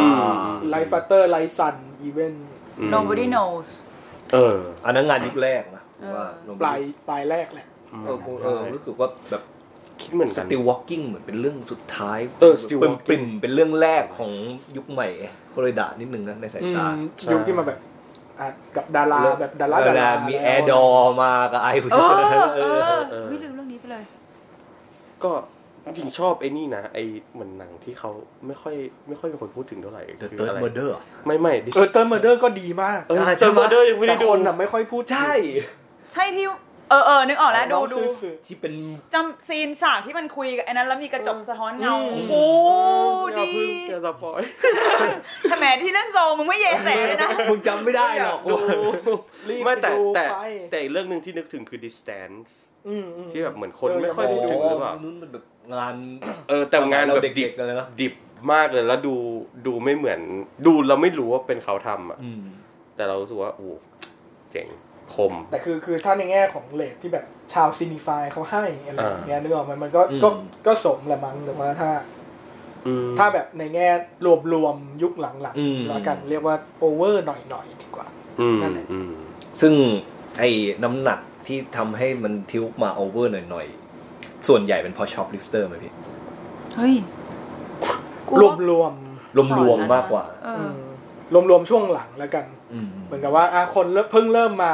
B: ม
D: Life Factor Life Sun Even
B: อืม
A: nobody knows
B: เออ
C: อันนั้นงานยุคแรกนะผมว่า
A: เออ
C: ลง
D: ปลายปลายแรกแหละ
C: เออเออรู้สึกว่าแบบ
B: คิดเหมือนกัน
C: Still Walking เหมือนเป็นเรื่องสุดท้าย
B: เออ Still
C: เป็น
B: Walking
C: ปริ่มเป็นเรื่องแรกของยุคใหม่โคเรดะนิดนึงนะในสายตา
D: อืมยุคที่มาแบบอ่ะกับดาราแบบดารา
C: เอ
D: ดา
C: อ
D: รา
C: มี
D: ล้ว
C: แอร์ดอมากับไอวิ
A: เอ
C: ช
A: อเออ
B: เออ
A: วิลืมเรื่องนี้ไปเลย
B: ก็จริงๆชอบไอ้นี่นะ ไอ้เหมือนหนังที่เขาไม่ค่อยไม่ค่อยมีคนพูดถึงเท่าไหร่
C: เดอะ
B: คือ
C: เติร์ด
B: อะไร
C: มอร์เดอร์
B: ไม่ไม่ดิ
D: เออเติร์นเมอร์เดอร์ก็ดีมาก
B: เออ
C: ใช่
B: เติร์ด
C: ไหม
B: มอร์เดอร์ยังไม่
D: แต่
B: ได้ดู
D: คนน่ะไม่ค่อยพูด
C: ใช่
A: ใช่ที่ เออเออนึกออกแล้วดูดู
C: ที่เป็น
A: จำซีนฉากที่มันคุยกับไอ้นั้นแล้วมีกระจกสะท้อนเงา
C: อืม
A: โอ้โห
B: อย่า
A: ดี
B: เพึ่งอย่าสปอย
A: ทำไมที่เรื่องโซมึงไม่เยแสเลยนะ
C: มึงจำไม่ได้หรอก
B: ดู
D: รีบ
B: ไม่แต่
D: ไปดู
B: แต่
D: ไป
B: แต่อีกเรื่องหนึ่งที่นึกถึงคือ distance
D: อืมอืม
B: ที่แบบเหมือนคน
D: เออ
B: ไม่ค่อยพูดถึงหรือเปล่า
C: นู้นมันแบบงาน
B: เออแต่งานแบบ
C: เด็
B: ดิบ
C: กๆกันเลยเนอะ
B: ดิบมากเลยแล้วดูดูไม่เหมือน ดูเราไม่รู้ว่าเป็นเขาทำอ่ะ
C: อืม
B: แต่เรารู้สึกว่าโอ้โหเจ๋งคม
D: แต่คือคือถ้าในแง่ของเลทที่แบบชาวซีนิฟายเขาให้อะไรอย่างเงี้ยนึกออกไหมมันก็
C: อืม
D: ก็ก็สมแหละมั้งแต่ว่าถ้า
B: อืม
D: ถ้าแบบในแง่รวมรวมๆยุคหลัง
C: อืม
D: ๆแล้วกันเรียกว่าโอเวอร์หน่อยหน่อยๆดีกว่า
B: อืม
D: นั่นแหละ
B: อืม
C: ซึ่งไอ้น้ำหนักที่ทำให้มันทิวมาโอเวอร์หน่อยๆ ส่วนใหญ่เป็นเพอช็อปลิฟเตอร์ไหมพี่
A: เฮ้ย
D: รวมรวม
C: รวมๆมากกว่า
A: เอ
D: ๆ
A: อ
D: รวมรวมๆช่วงหลังแล้วกัน
C: อืม
D: เหมือนกับว่าอ่ะคนเริ่มเพิ่งเริ่มมา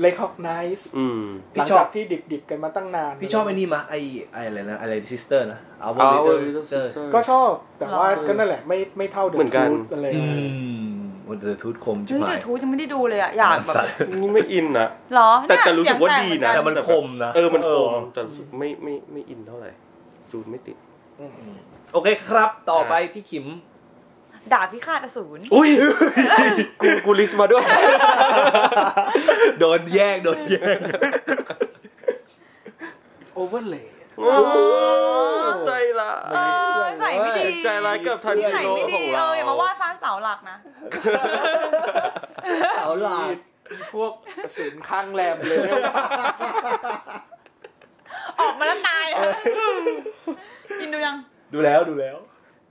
D: เลคอกไนส์
B: อืม
D: หลังจากที่ดิบดิบๆกันมาตั้งนาน
C: พี่ชอบไอ้นี่มะไอ้ไอ้อะไรนะอะไรซิสเตอร์นะ Our
B: Our
C: Little
B: Little
C: Sisters
B: Sister
D: ก็ชอบ แต่ว่า
A: หรอ
D: ก็นั่นแหละไม่ไม่เท่าเดิ
B: เหมือนกัน
D: อะไร
C: อืมวันเดอร์ทูดคมใช่
A: เฮ้ย
C: ไหม
A: เดือดทูยังไม่ได้ดูเลยอะอยากแบบ
C: สัตว์
B: ไม่อินอะ
A: เหรอเนี่
B: แต่
A: ย
B: แต่รู้สึกว่าดีนะ
A: เสียงแตกเห
C: แต่
A: อกั
C: มันคมนะ
B: เออมันคม
C: เออ
B: แต่รู้สึกไม่ไม่ไม่อินเท่าไหร่ จูนไม่ติด
C: โอเคครับ ต่อไปที่ขิม
A: ด่าพิฆาตอสูร
B: อุ้ย กูกูลิสต์มาด้วย
C: โดนแยกโดนแยก
D: โอเวอร์เลย
B: โอ้ใจละ
A: เออใส่ไม่ดี
B: ใจร้ายกับทัน
A: ใส่ไม่
B: ข
A: ดี
B: อง
A: เอ
B: เรา
A: ออย่ามาว่าซ้านเสาหลักนะ
C: เอาหลาด
D: พวกกระสุนข้างแรมเลย
A: ออกมาแล้วตายอะกินดูยัง
C: ดูแล้วดูแล้ว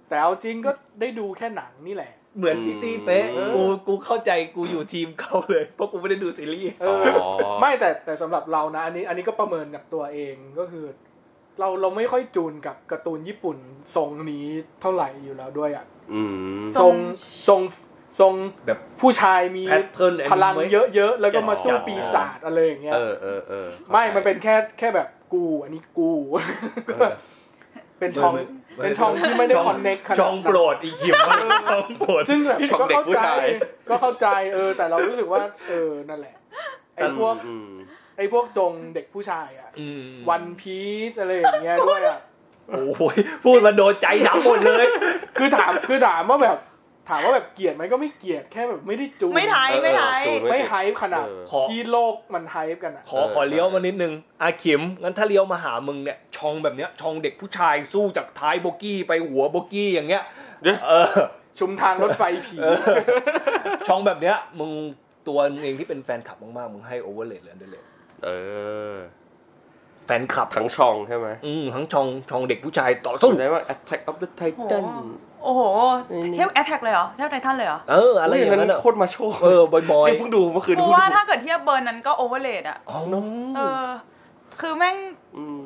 D: แต่เอาจริงก็ได้ดูแค่หนังนี่แหละ
C: เหมือนพี่ตี้เป๊ะ
B: อืม
C: กูกูเข้าใจกูอยู่ทีมเขาเลย เพราะกูไม่ได้ดูซีรีส์
D: เอออไม่แต่แต่สำหรับเรานะอันนี้อันนี้ก็ประเมินกับตัวเองก็คือ เราเราไม่ค่อยจูนกับการ์ตูนญี่ปุ่นทรงนี้เท่าไหร่อยู่แล้วด้วยอ่ะ
B: อืม
A: ท
D: ท
A: ร
D: รง งทรงทรง
C: แบบ
D: ผู้ชายมี
C: pattern
D: พลัง
C: anime
D: เยอะๆ แล้วก็มาสู้
B: อ๋อ
D: ปีศาจอะไรอย่างเงี้ย
B: เออเออเออข้าใจ
D: ไม่มันเป็นแค่แค่แบบกูอันนี้กู ก็แบบเป็นช่องเป็นช่องที่ไม่ได้คอนเน็ก
C: ช่องโปรดอีกขิมว่าช่องโปรด
D: ซึ่งแบบ
B: ช่อง
D: ก็
B: เด็ก
D: เข้า
B: ผู้
D: ใจ
B: ชาย
D: ก็เข้าใจเออ แต่เรารู้สึกว่า เออนั่นแหละไอ้พวก
B: อืม
D: ไอ้พวกทรงเด็กผู้ชายอ่ะ
C: อืม
D: วันพีซอะไรอย่างเงี้ยด้วยอ่ะ
C: โอ้ยพูดมาโดนใจดำหมดเลย
D: คือถามคือถามว่าแบบ ถามว่าแบบเกลียดไหมก็ไม่เกลียดแค่แบบไม่ได้จูน
A: ไม่ไทยไม่ไทย
B: เออเออจูน
D: ไม่
B: ติด
D: ไฮป์ขนาด
B: เออ
C: ขอ
D: ที่โลกมันไฮป์กันอ่ะ
C: ขอขอเลี้ยวมานิดนึงอาขิมงั้นถ้าเลี้ยวมาหามึงเนี่ยช่องแบบเนี้ยช่องเด็กผู้ชายสู้จากท้ายโบกี้ไปหัวโบกี้อย่างเงี้ยเออ
D: ชุมทางรถไฟผี
C: ช่องแบบเนี้ยมึงตัวมึงเองที่เป็นแฟนคลับมากๆมึงให้โอเวอร์เลดหรืออันเดอร์เลด
B: เออ
C: แฟนคลับ
B: ทั้งช่องใช่ไหม
C: อืมทั้งช่องช่องเด็กผู้ชายต่อสู้
B: ได้ว่า Attack of the
A: โอ้
B: Titan
A: โหโอ้โห เทียบแอทแทกเลยเหรอ เทียบไททันเลยเหรอ
C: เออ อะไรอย่างนั้น
B: โย
C: อะ
B: โคตรมาโชว์
C: เออบอยบอย
B: นี่เพิ่งดูเมื่อคืน
A: กู
B: เพิ่ง
A: ว่า
B: ดู
A: ถ้าเกิดเทียบเบอร์นั้นก็โอเวอร์เลดอะ
C: อ๋อน้อง
A: เออ คือแม่ง
B: ม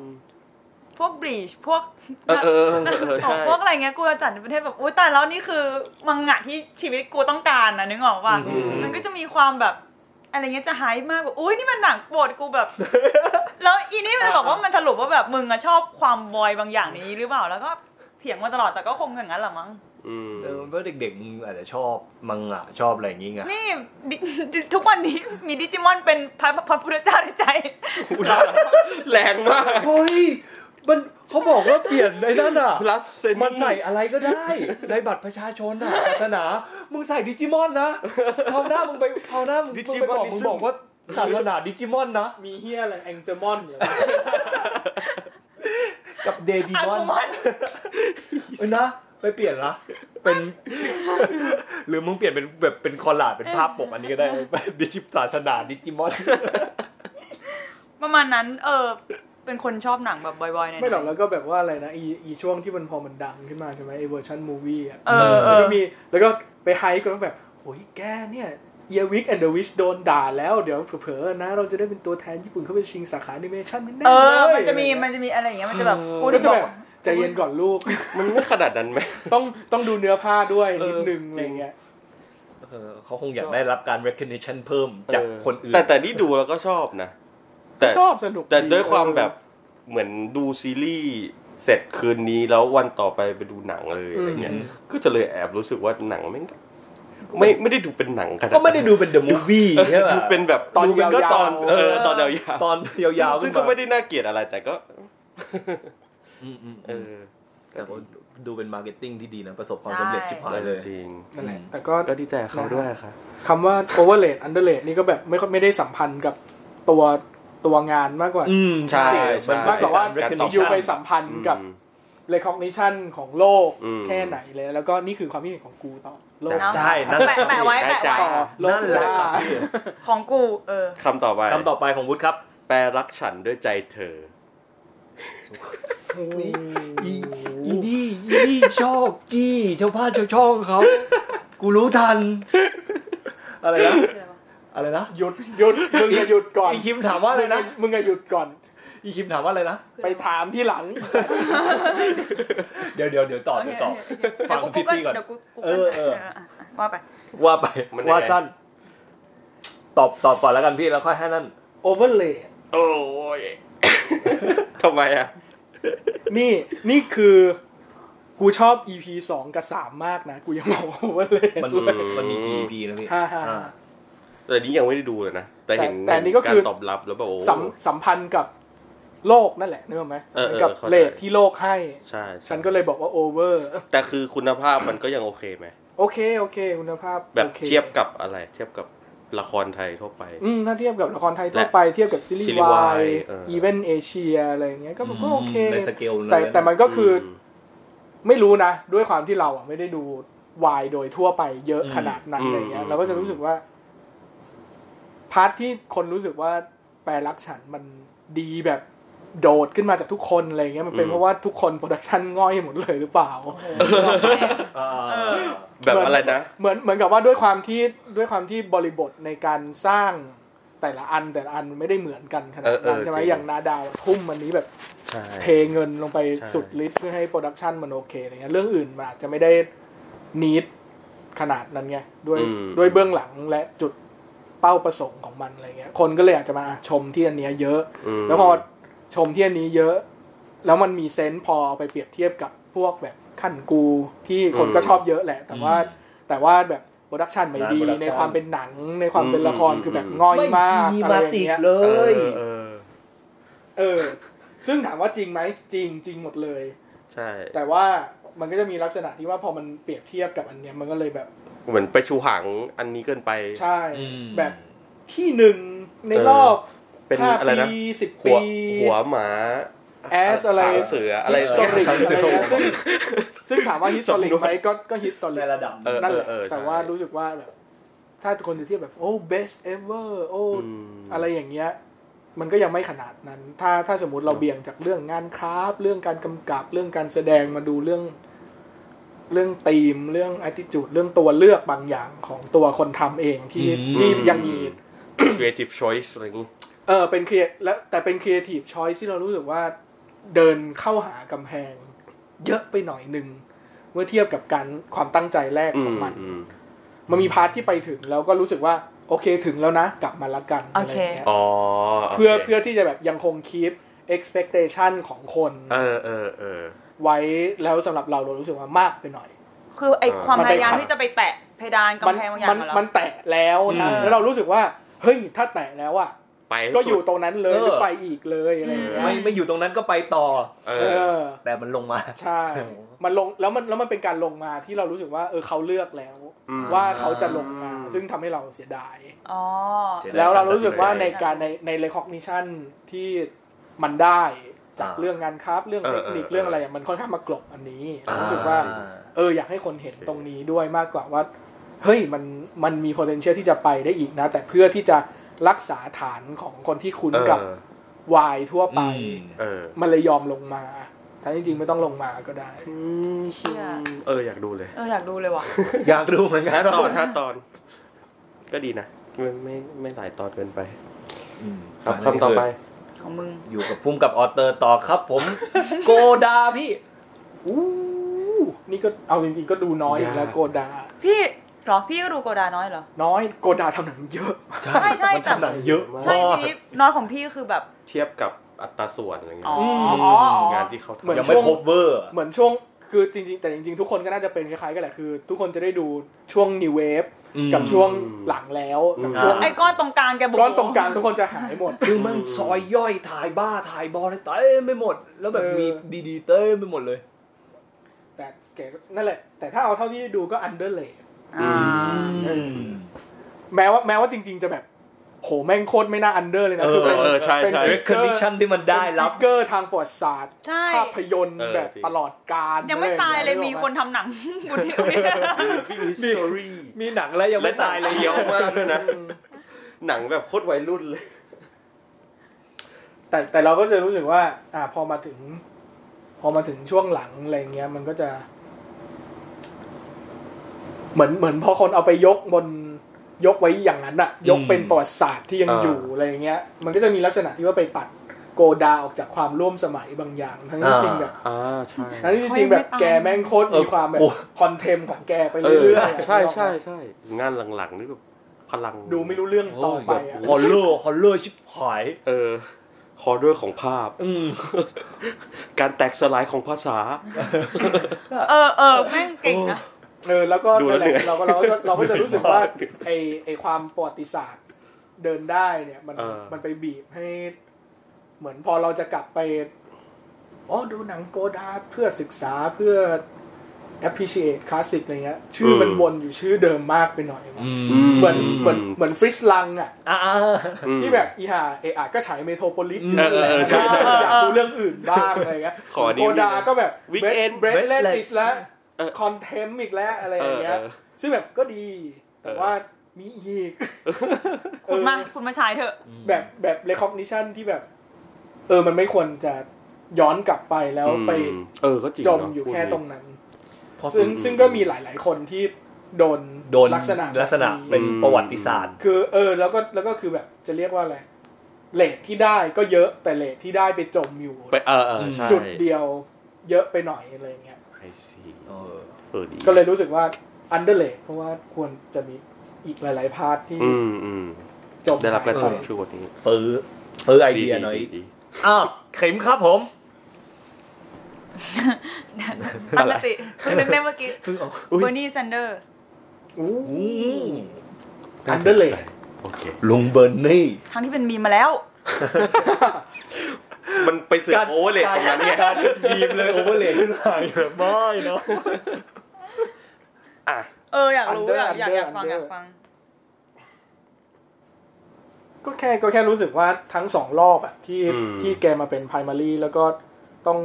A: พวกบลีชพวก
B: เออเออเออเออ
A: ของ
B: ใช่
A: พวกอะไรเงี้ยกูจะจัดในประเทศแบบอุ้ยแต่แล้วนี่คือมังงะที่ชีวิตกูต้องการนะนึกออกป่ะ
B: อืม
A: มันก็จะมีความแบบอะไรเงี้ยจะหายมากแบบอุ้ยนี่มันหนังโปรดกูแบบ แล้วอีนี่มันบอกว่ามันสรุปว่าแบบมึงอะชอบความบอยบางอย่างนี้หรือเปล่าแล้วก็เถียงมาตลอดแต่ก็คงอย่างนั้นแหละมั้ง
B: อืม
C: เออเพราะเด็กๆมึงอาจจะชอบมังงะชอบอะไรอย่างงี้ไง
A: นี่ ดิทุกวันนี้มีดิจิมอนเป็นพระพระพุทธเจ้าในใจ
B: แรงมาก
C: เฮ้ยมันเขาบอกว่าเปลี่ยนในนั่นอ่ะ
B: พลัสเซ
C: มันใส่อะไรก็ได้ ในบัตรประชาชนอ่ะศาสนา มึงใส่ดิจิมอนนะคราวหน้ามึงไปคราวหน้ามึง
B: ดิ
C: ไป
B: จิ
C: บ
B: มอ
C: อนก
B: ดิ
C: มึง
B: ซึ่ง
C: บอกว่าศาสนาดิจิมอนนะ
D: มีเฮียอะไรแองเจมอนเหรอ
C: กับเดบิ
A: อัง
C: มอ
A: กุมัน
C: นเออนะไปเปลี่ยนละเป็น หรือมึงเปลี่ยนเป็นแบบเป็นคอลลาจเป็นภาพปกอันนี้ก็ได้เป็นดิจิศาสนาดิจิมอน
A: ประมาณนั้นเออเป็นคนชอบหนังแบบบอยๆในนั้น
D: ไม่หรอกแล้วก็แบบว่าอะไรนะอีอีช่วงที่มันพอมันดังขึ้นมาใช่ไหมไอเวอร์ชันมูวี่อ่ะ
A: เออเอ
D: แล้ว
A: อ
D: ก็มีแล้วก็ไปไฮป์กันว่าแบบโอ้ยแกเนี่ยเอียวิกแอนเดอร์วิชโดนด่าแล้วเดี๋ยวเผลอๆนะ เราจะได้เป็นตัวแทนญี่ปุ่นเข้าไปชิงสาขาแอนิเมชันแน่ๆ
A: เออ
D: เลย
A: มันจะมี
D: อไร
A: มั
D: เงี้ย
A: นจะมีอะไรอย่างเงี้ย มันจะแบบกู
D: มัน
A: จะ
D: ก็
A: บ
D: จะแบอก บใจเย็นก่อนลูก
B: มันไม่ขนาดนั้นไหม
D: ต้องต้องดูเนื้อผ้าด้วย
B: เออ
D: นิดนึง
B: จริง
D: อะไรเงี้ย
C: เออเขาคงอยากได้รับการ recognition เพิ่มจาก
B: เออ
C: คนอื่น
B: แต่แต่นี่ดูแล้วก็ชอบนะ แต่
D: ชอบสนุก
B: แต่ด้วยความแบบเหมือนดูซีรีส์เสร็จคืนนี้แล้ววันต่อไปไปดูหนังเลยอะไรเงี้ยก็จะเลยแอบรู้สึกว่าหนังไม่งไม่ไม่ได้ดูเป็นหนังขนาดนั้น
C: ก็ไม่ได้ดูเป็น the movie
B: เออ
C: ใช่ปะ
B: ดูเป็นแบบ
D: ตอน
B: ดูเป็
D: ยาว
B: ก็
D: ๆ
B: ตอนเออตอนยาว
C: ตอนยาว
B: ๆ
C: ๆ
B: ซึ่ง
C: ขึ้นา
B: ก็ไม่ได้น่าเกลียดอะไรแต่ก็
C: อืมอืม
B: เอ
C: อื
B: อ
C: มแต่ว่าดูเป็นมาร์เก็ตติ้งที่ดีนะ ประสบความ
A: ใช่
C: สำเร็จชิบหายเลย
B: จริง
D: นั่นแหละแต่ก็
B: ก็ดีใจกับเขาด้วยค่ะ
D: คำว่า overrate underrate นี่ก็แบบไม่ค่อยไม่ได้สัมพันธ์กับตัวตัวงานมากกว่า
C: อืม
B: ใช่ใช่
C: มันมากกว่าว่า
B: การตอบ
D: อยู่
C: recognition
D: ไปสัมพันธ์กับ
B: อืม
D: recognition ของโลก
B: อืม
D: แค่ไหนเลย แล้วก็นี่คือความคิดเห็นของกูต่อโลก
A: เนาะ
C: ใช่นั่น
A: แปะแปะไว้แปะไว้
D: ต่อโลก
C: นั่นแหละครับพี่
A: ของกูเออ
B: คำต่อไป
C: คำต่อไปของวุฒิครับ
B: แปรรักฉันด้วยใจเธอ
D: โอ้โห
C: อีดี้อีดี้ชอบจี้ชาวบ้านชาวช่องเขา กูรู้ทัน อะไรนะ อะไรนะ
D: หยุดหยุดมึงอย่าหยุดก่อน
C: อีคิมถามว่าอะไรนะ
D: มึงอย่าหยุดก่อน
C: อีคิมถามว่าอะไรนะ
D: ไปถามที่ หลัง
C: เดี๋ยวเดี๋ยวเดี๋ยวต่อเดี๋ยวต่อ
A: โอเคโอเค
C: ฟังพี่ตี้ก่อน
A: เดี๋ยวกูกู
C: เออเออ
A: ว่าไป
C: ว่าไป
B: มันยังไง
C: ว่าสั้น ตอบตอบก่อนแล้วกันพี่แล้วค่อยให้นั่น
D: โอเวอร์เลย
B: โอ้ย ทำไมอ่ะ
D: นี่นี่คือกูชอบ EP สองกับสามมากนะ กูยังบอกว่าโอเวอร์เลย
C: มัน
B: อืม
C: มันมีกี่ปีนะพี่
D: ห้าห้า
C: อ่
B: แต่นี้ยังไม่ได้ดูเลยนะ แต่เห็น
D: แต่แต่นี่ก็คือ
B: ารตอบรับแล้วแบบโอ้
D: สัมสัมพันธ์กับโลกนั่นแหละนึกออกไหม
B: เออเออ
D: เหมือนกับ
B: เข้าใจ
D: เลทที่โลกให้
B: ใช่ใช่
D: ฉันก็เลยบอกว่าโอเวอร์
B: แต่คือคุณภาพมันก็ยังโอเคไหม
D: โอเค โอเค คุณภาพ
B: แบบ
D: โอค
B: เทียบกับอะไร เทียบกับละครไทยทั่วไป
D: อืมถ้าเทียบกับละครไทยทั่วไปเทียบกับซีรี
B: ซี
D: ส์
B: รีส์
D: วาว
B: าย ยเออ
D: อีเวนต์เอเชียอะไรอย่างเงี้ยก็
C: ม
D: ก็โอเค
C: ในสเกลนั้น
D: แต่แต่มันก็คืออ
B: ม
D: ไม่รู้นะ ด้วยความที่เราอ่ะไม่ได้ดูวายโดยทั่วไปเยอะขนาดนั้น
B: อืม
D: อะไรเงี้ย
B: อืม
D: เราก็จะรู้สึกว่า พาร์ทที่คนรู้สึกว่าแปลรักฉันมันดีแบบโดดขึ้นมาจากทุกคนอะไรเงี้ยมันเป็นเพราะว่าทุกคนโปรดักชันง่อยหมดเลยหรือเปล่า
C: อ่า
A: เออ
B: แบบอะไรนะ
D: เหมือนเหมือนกับว่าด้วยความที่ด้วยความที่บริบทในการสร้างแต่ละอันแต่ละอันมันไม่ได้เหมือนกันขนาด
B: เออเอ
D: นั้น
B: อ
D: ใช่ไหม
B: จริง
D: อย่างนาดาวทุ่มอันนี้แบบ
B: ใช่
D: เทเงินลงไป
B: ใช่
D: สุดฤทธิ์เพื่อให้โปรดักชันมันโอเคอะไรเงี้ยเรื่องอื่นมันอาจจะไม่ได้นิดขนาดนั้นไงด้วย
B: อืม
D: ด้วยเบื้องหลังและจุดเป้าประสงค์ของมันอะไรเงี้ยคนก็เลยอาจจะมาชมที่อันเนี้ยเยอะ
B: ม
D: แล้วพอชมที่อันนี้เยอะ แล้วมันมีเซนส์พอเอาไปเปรียบเทียบกับพวกแบบขั้นกูที่คนก็ชอบเยอะแหละ แต่ว่า แต่ว่าแบบโปรดักชันไม่ดี
C: ร้าน production
D: ในความเป็นหนังในความเป็นละคร
B: อืม
D: คือแบบง่อย
C: ไม่
D: มา
C: ซี
D: ก
C: นี
D: อะไร
C: มา
D: อย่าง
C: ติก
D: เงี้ย
C: เล
B: เออย เออ
D: เออ ซึ่งถามว่าจริงไหมจริงจริงหมดเลย
B: ใช่
D: แต่ว่ามันก็จะมีลักษณะที่ว่าพอมันเปรียบเทียบกับอันเนี้ยมันก็เลยแบบ
B: เหมือนไปชูหางอันนี้เกินไป
D: ใช่
C: อืม
D: แบบที่หนึ่งในรอบ
B: เป็น
D: ห้า
B: อะไรนะ
D: ปีสิบ
B: หั
D: ปี
B: วหัวหมา
D: as อะไร
B: หางเสืออะไร
D: ฮิสตอริกอะไรเงี้ยซึ่งซึ่งถาม ว่าฮิสตอริก
B: สมดุล
D: ไหมก็ก็ฮิสตอริ
C: ใน
D: ก
C: ระดับ
B: เออ
D: นั่นแหละ
B: ใช่
D: แต่ว่ารู้สึกว่าแบบถ้าคนจะเทียบแบบโอ้ best ever โอ้
B: อืม
D: อะไรอย่างเงี้ย มันก็ยังไม่ขนาดนั้น ถ้าถ้าสมมติเราเบี่ยงจากเรื่องงานคราฟต์เรื่องการกำกับเรื่องการแสดงมาดูเรื่อง เรื่องธีมเรื่อง attitude เรื่องตัวเลือกบางอย่างของตัวคนทำเองที่
C: อืม
D: ที่ยังมี
B: creative choice อะไรอย่างงี้
D: เออเป็นครีเอแล้วแต่เป็นครีเอทีฟช้อยที่เรารู้สึกว่าเดินเข้าหากำแพง เยอะไปหน่อยหนึ่งเมื่อเทียบกับการความตั้งใจแรก
B: อื
D: ขอ
B: ม
D: งมัน
B: อืม
D: มันมีพาร์ทที่ไปถึงแล้วก็รู้สึกว่า โอเคถึงแล้วนะ กลับมาละกันอะไรอย่างเงี้ย
B: อ๋อ
D: เพื่อ
B: โค
D: เพื่อที่จะแบบยังคงคีป expectation ของคน
B: เออเออเออ
D: ไว้แล้วสำหรับเราเรารู้สึกว่ามากไปหน่อย
A: คือไอความ
D: มัน
A: พ
D: เป็น
A: ยายามที่จะไปแตะเพดานกำแพงบางอย่าง
D: มั
A: ของเรา
D: มันแตะแล้วนะ
C: อืม
D: แล้วเรารู้สึกว่าเฮ้ยถ้าแตะแล้วอ่ะ
B: ไปให้
D: ก็อยู่
B: สุด
D: ตรงนั้นเลย
C: เออ
D: หรือไปอีกเลยอะไรอย่างเงี้ย
C: ไม่ไม่อยู่ตรงนั้นก็ไปต่อ
B: เอ
D: เอ
B: อ
D: อ
C: แต่มันลงมา
D: ใช่ มันลงแล้วมันแล้วมันเป็นการลงมาที่เรารู้สึกว่า เออเขาเลือกแล้ว
B: อืม
D: ว่าเขาจะลงมา ซึ่งทำให้เราเสียดาย
A: อ๋อ
C: เสียดาย
D: แล้วเรารู้สึกว่าในการในใน recognition ที่มันได้จากเรื่องงานคราฟต์เรื่องเทคนิค
B: เออเออเออ
D: เรื่องอะไรอะมันค่อนข้างมากลบอันนี้
B: อ่า
D: รู้สึกว่า เอออยากให้คนเห็นตรงนี้ด้วยมากกว่าว่า เฮ้ยมันมันมี potential ที่จะไปได้อีกนะ แต่เพื่อที่จะรักษาฐานของคนที่คุ้น
B: เออ
D: กับวายทั่วไป
C: อืม
B: เออ
D: มันเลยยอมลงมาทั้งจริงๆไม่ต้องลงมาก็ได้
A: เชี่ย
B: เอออยากดูเลย
A: เอออยากดูเลยว่ะ
C: อยากรู้เหมือนกัน
B: ห้าตอนห้าตอน ก็ดีนะไม่ไม่ไม่หลายตอนเกินไป
C: อืม
B: ครับคำต่อไป
A: ของมึง
C: อยู่กับพุ่มกับออเตอร์ต่อครับผม โกดาพี่
D: อู้นี่ก็เอาจริงๆก็ดูน้อยอีกแล้ว
B: ยาก
D: โกดา
A: พี่เหรอ พี่ก็ดูโกดาน้อยเหรอ
D: น้อยโกดาทำหนังเยอะ
A: ใช่ใช่แต่
C: หนังเยอะมาก
A: ใช่ทีนี้น้อยของพี่ก็คือแบบ
B: เทียบกับอัตราส่วนอะไรเงี้
A: อ๋อย อ๋อ
D: ม
A: อ๋อ
B: งานที่เขาทำ
D: เหมือน
C: ยังไม่ครบเวอร์
D: เหมือนช่วงคือจริง ๆ แต่จริงๆ ทุกคนก็น่าจะเป็นคล้ายๆกันแหละคือ ทุกคนจะได้ดูช่วงนิเวฟ
C: อืม
D: กับช่วงหลังแล้วกับช่วง
A: ไอ้ก้อนตรงกลางแกบุ
D: ก้อนตรงกลางทุกคนจะหายหมด
C: คือมันซอยย่อยถ่ายบ้าถ่ายบอลเต้ไม่หมด แล้วแบบ
D: เออ
C: มีดีๆเต้ไม่หมดเลย
D: แต่แกนั่นแหละ แต่ถ้าเอาเท่าที่ดูก็อันเดอร์เลย
A: อ่า
D: แม้ว่าแม้ว่าจริง ๆ จะแบบ โหแม่งโคตรไม่น่าอันเดอร์เลยนะ
C: เออ
D: คืเป็น
B: เออใช่
D: เป็น
B: ใช่
D: ฟิ
C: r e
D: ก
C: c
D: เก
C: o g
D: อ
C: n i
D: ร์
C: t i o n ที่มันได้รับ
D: เป็นฟิกเกอร์ทางประวัติศาสตร์
A: ใช่
D: ภาพยนตร์
B: เออ
D: แบบ
B: จริง
D: ตลอดกาล
A: ยังไม่
D: อะรอ
A: ตายเลยมี
D: ก
A: คนทำหนัง บุญ เทียม
B: Living History
D: มีหนังแล้วยัง
B: และ
D: ไม่
B: หนั
D: ตาง ยเลย
B: เลี้ยวมากด้วยนะ หนังแบบโคตรวัยรุ่นเลย
D: แต่แต่เราก็จะรู้สึกว่า อ่าพอมาถึง พอมาถึงช่วงหลังอะไรเงี้ย มันก็จะ เหมือนเหมือนพอคนเอาไปยกบนยกไว้อย่างนั้นอะยกเป็นประวัติศาสตร์ที่ยัง
B: อ่า
D: อยู่อะไรเงี้ย มันก็จะมีลักษณะที่ว่าไปตัดโกดาออกจากความร่วมสมัยบางอย่างทั้งที่
C: อ่า
D: จริงแบบ
B: อ่าใช่
D: ทั้งที่จริงแบบ
A: ไม่ตาม
D: แกแม่งโคตรมีความแบบ
C: เออโอ้
D: คอนเทมของแกไป
B: เออ
D: เรื่อยๆ
B: ใช่
D: นึกออกไหม
B: ใช่ใช่งานหลังๆนี่แบบ พ พลัง
D: ดูไม่รู้เรื่องต่อไปอะ
C: ฮอลเลอร์ฮอลเลอร์ชิบหาย
B: เออฮอร์เรอร์ของภาพ
C: อืม
B: การแตกสลายของภาษา
A: เออเออแม่งเก่งนะ
D: เออแล้วก็
B: ดูแล้วเหนื่อย
D: เราก็เราก็จะเราก็จะรู้สึกว่า
B: เหนื่อยมาก
D: ไอไอความประวัติศาสตร์เดินได้เนี่ย มัน
B: เออ
D: มันไปบีบให้ เหมือนพอเราจะกลับไปอ๋อดูหนังโกดาเพื่อศึกษาเพื่อ appreciate classic อะไรเงี้ย ชื่อมันวนอยู่ชื่อเดิมมากไปหน่อยว่ะเหมือนเหมือนเหมือนฟริสลังอ่ะ
C: อ่า
D: ที่แบบอีห่าเอะอะก็ฉายเมโทรโพลิส
C: อืม
D: เออเออ
B: ใช่ใช่
D: อยากดูเรื่องอื่นบ้างอะไรเงี้ย
B: ขออันนี้
D: โกดาก็แบบ
B: Weekend
D: เบรดเล
C: Breathless
D: สแล้ว
B: เออ
D: คอนเทมอีกแล้วอะไรอย่างเงี้ย
B: เออเออ
D: ซึ่งแบบก็ดีแต่
B: เออ
D: ว่ามีอีก
A: คุณมา
D: เออ
A: คุณมาใช้เถอะ
D: แบบแบบเ c คอ n นิชันที่แบบ เออมันไม่ควรจะย้อนกลับไปแล้วไป
B: อืมเออก็จริง
D: จ
B: เนะ
D: มอยู่
B: พูด
D: แค่ตรงนั้น
C: พอ
D: ซึ่งซึ่งก็มีหลาย ๆ คนที่โดน
C: โดน
D: ลักษณะ
C: ลักษณะ
D: แบบนี้
C: เป็นประวัติศาสตร์
D: คือเออแล้วก็แล้วก็คือแบบจะเรียกว่าอะไรเลทที่ได้ก็เยอะแต่เลทที่ได้ไปจมอยู่
B: ไปเออเออใช่
D: จุดเดียวเยอะไปหน่อยอะไรเงี้ย
B: ไอซีเออดี
D: ก็เลยรู้สึกว่าอันเดอร์เลทเพราะว่าควรจะมีอีกหลาย ๆ พาร์ทที่
B: อืมอืม
D: จม
B: ได้รับการช
D: หาม ยไป
B: ช่วยวันนี้
C: ซื้อซื้อไอเดียหน่อย
B: ดี
C: อ้าวเข็มครับผม
A: ตั้งสติเพิ่งนึกได้เมื่อกี้
C: คือเอา
B: อุ๊ย
A: เบอร์นี่แซนเดอร์ส
D: อู้
C: อืม
B: ๆาสใจ
D: Underlay
B: โอเค
C: ลุงเบอร์นี่
A: ทั้งที่เป็นมีมมาแล้ว
B: มันไปเสือก
C: การ
B: โอเวอร์เลย
C: กา
B: ต
C: ร
B: รงนั้นเนี่ย
C: การบีมเลยโอเวอร์เลยขึ้นมาแบบไม่เนาะ
B: อ่ะ
A: เอออยากรู้
D: Under
A: อยากอยากอยา
D: Under
A: กฟัง
D: Under
A: อยากฟัง
D: ก็แค่ก็แค่รู้สึกว่าทั้งสองรอบอะที่
B: อืม
D: ที่แกมาเป็นไพรมารีแล้วก็ต้อง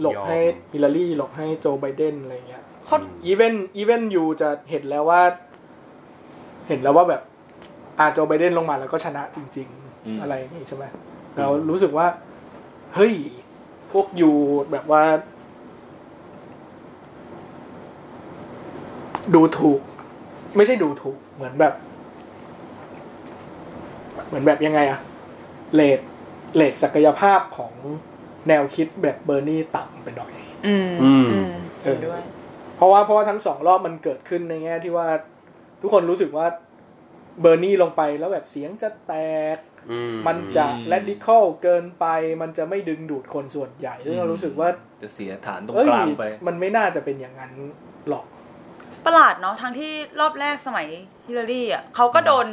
D: หลบ
B: ยอม
D: ให้ฮิลลารีหลบให้โจไบเดนอะไรเงี้ย
A: เขา
D: อีเวนอีเวนยูจะเห็นแล้วว่า เห็นแล้วว่าแบบอาโจไบเดนลงมาแล้วก็ชนะจริง
C: อืม
D: ๆ อะไรอย่างนี้ใช่ไหมเรารู้สึกว่า เฮ้ย พวกยูแบบว่า ดูถูก ไม่ใช่ดูถูก เหมือนแบบ เหมือนแบบยังไงอะเลดเลดศักยภาพของแนวคิดแบบเบอร์นี่ต่ำไปหน่อย
A: อืม
B: อืม
A: อืมเห็นด้วย
D: เพราะว่าเพราะว่าทั้งสองรอบมันเกิดขึ้นในแง่ที่ว่า ทุกคนรู้สึกว่าเบอร์นี่ลงไปแล้วแบบเสียงจะแตก
B: อื
D: มันจะ
C: อืม
D: แรดดิคอลเกินไป มันจะไม่ดึงดูดคนส่วนใหญ่ซึ่งเรารู้สึกว่า
C: จะเสียฐานตรง
D: เอ้ย
C: กลางไป
D: มันไม่น่าจะเป็นอย่างนั้นหรอก
A: ประหลาดเนาะทั้งที่รอบแรกสมัยฮิลลารีอ่ะเขาก็โดน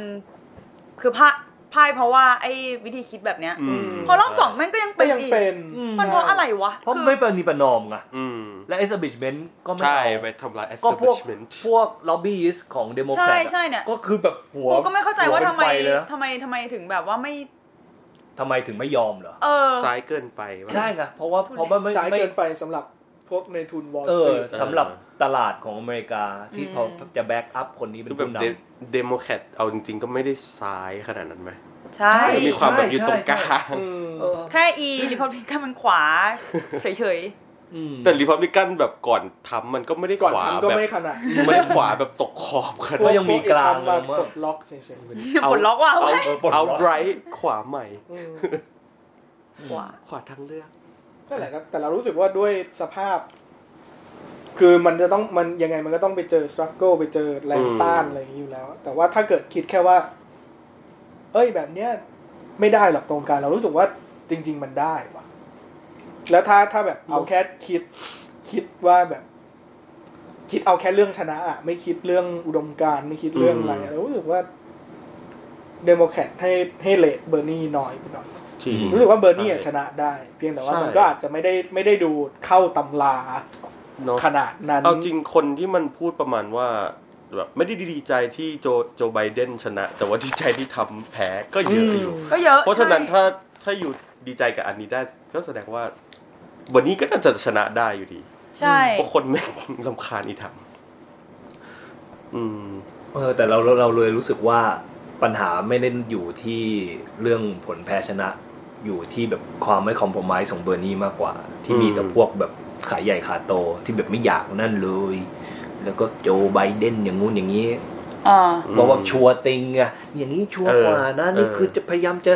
A: คือพ่ายพ่ายเพราะว่าไอ้วิธีคิดแบบเนี้ย
B: อืม
A: พอรอบสองแม่งก็ยัง
D: ก็
A: เป็น
D: ยัง
A: อีก
D: เป็น
C: อืม
A: มันเพราะอะไรวะ
C: เพราะ
A: คือ
C: ไม่ประนีประนอมไง
B: อืม
C: และ establishment ก็ไม่
B: ใช่
C: เอา
B: ไปทำลาย
C: ก็พวก
B: establishment
C: พวก lobbyist ของเดโมแคร
A: ใช่
C: ต
A: ใช่เนี่ย
C: ก็คือแบบหัว
A: กูก็ไม่เข้าใจว่าทำไม
C: หัเป็นฟเลยนะ
A: ทำไมทำไมถึงแบบว่าไม่
C: ทำไมถึงไม่ยอมเหรอ
A: เออ
B: ซ้ายเกินไปวะ
C: ใช่ไงเพราะว่าเพราะว่าไม่
D: สาย
C: ไม่
D: เกินไปสำหรับพวกในทุนวอล
C: เอ
D: สต
C: อ
D: รีท
C: สำหรับตลาดของอเมริกาที่
A: อืม
C: เขาจะแบ็กอัพคนนี้เป็
B: คื
C: น
B: อแบ
C: ผู้
B: บ
C: นำ
B: เดโมแครตเอาจริงๆ ก็ไม่ได้ซ้ายขนาดนั้นไหม
A: ใช่
C: ใช่
B: มีความแบบอยู่ตรงกลาง
C: เออ
A: แค่อีริพับลิกันมันขวา เฉย
C: อืม
B: แต่รีพับลิกันแบบก่อนทำมันก็ไม่ได้
D: ก่อน
B: ขวา
D: ทำก็
B: แบบ
D: ไม่ขนาด
B: ไม่ได้ขวาแบบตกขอบขนาด
C: ก็ยังมีกลางลง
D: พวเอทำม
C: มา
D: ปลดล็อกเฉย
A: ๆปลดล็อกว่ะ
B: เอา
A: เว้ย
C: เออปลดล็
B: เอา
C: อก
B: ไบรท์ขวาใหม่
D: ๆอืม
A: ขวา
B: ขวาทางเลือก
D: นั่นแหละครับแต่เรารู้สึกว่าด้วยสภาพ คือมันจะต้องมันยังไงมันก็ต้องไปเจอสครัลเกิลไปเจอแรงต้าน
B: อืม
D: อะไรอย่างนี้อยู่แล้ว แต่ว่าถ้าเกิดคิดแค่ว่า เอ้ยแบบเนี้ย ไม่ได้หรอกตรงกลางเรารู้สึกว่าจริง ๆ มันได้ว่ะ แล้วถ้าถ้าแบบเอาแค่คิด คิดว่าแบบ คิดเอาแค่เรื่องชนะอะไม่คิดเรื่องอุดมการณ์ไม่คิดเรื่องอะไรอะเรารู้สึกว่าเดโมแครตให้ให้เลดเบอร์นี่น้อยไปหน่อย
B: จริง
D: รู้สึกว่าเบอร์นี่อะชนะได้ เพียงแต่ว่า
B: ใช่
D: มันก็อาจจะไม่ได้ไม่ได้ดูเข้าตำรา
B: เนาะ
D: ขนาดนั้น
B: เอาจริงคนที่มันพูดประมาณว่าแบบไม่ได้ดีใจที่โจโจไบเดนชนะ แต่ว่าดีใจที่ทำแพ้ก็เยอะอยู่
A: ก็เยอะ
B: เพราะฉะนั้น
A: ใช่
B: ถ้าถ้าอยู่ดีใจกับอันนี้ได้ก็แสดงว่า วันนี้ก็น่าจะชนะได้อยู่ดี
A: ใช่
B: เพราะคนแม่งลำคาญอีทำอืม
C: เออแต่เราเราเราเลยรู้สึกว่าปัญหาไม่ได้อยู่ที่เรื่องผลแพ้ชนะ อยู่ที่แบบความไม่คอม p r o ไ i ส์ของเบอร์นี่มากกว่า ที่มี
B: อืม
C: แต่พวกแบบขายใหญ่ขาโตที่แบบไม่อยากนั่นเลย แล้วก็โจไบเดนอย่างงู้นอย่างนี้
A: อ่า
C: บอกว่าชัวร์ติงอะอย่างนี้ชัวร์กว่านะ
B: เออ
C: นี่
B: เออ
C: คือจะพยายามจะ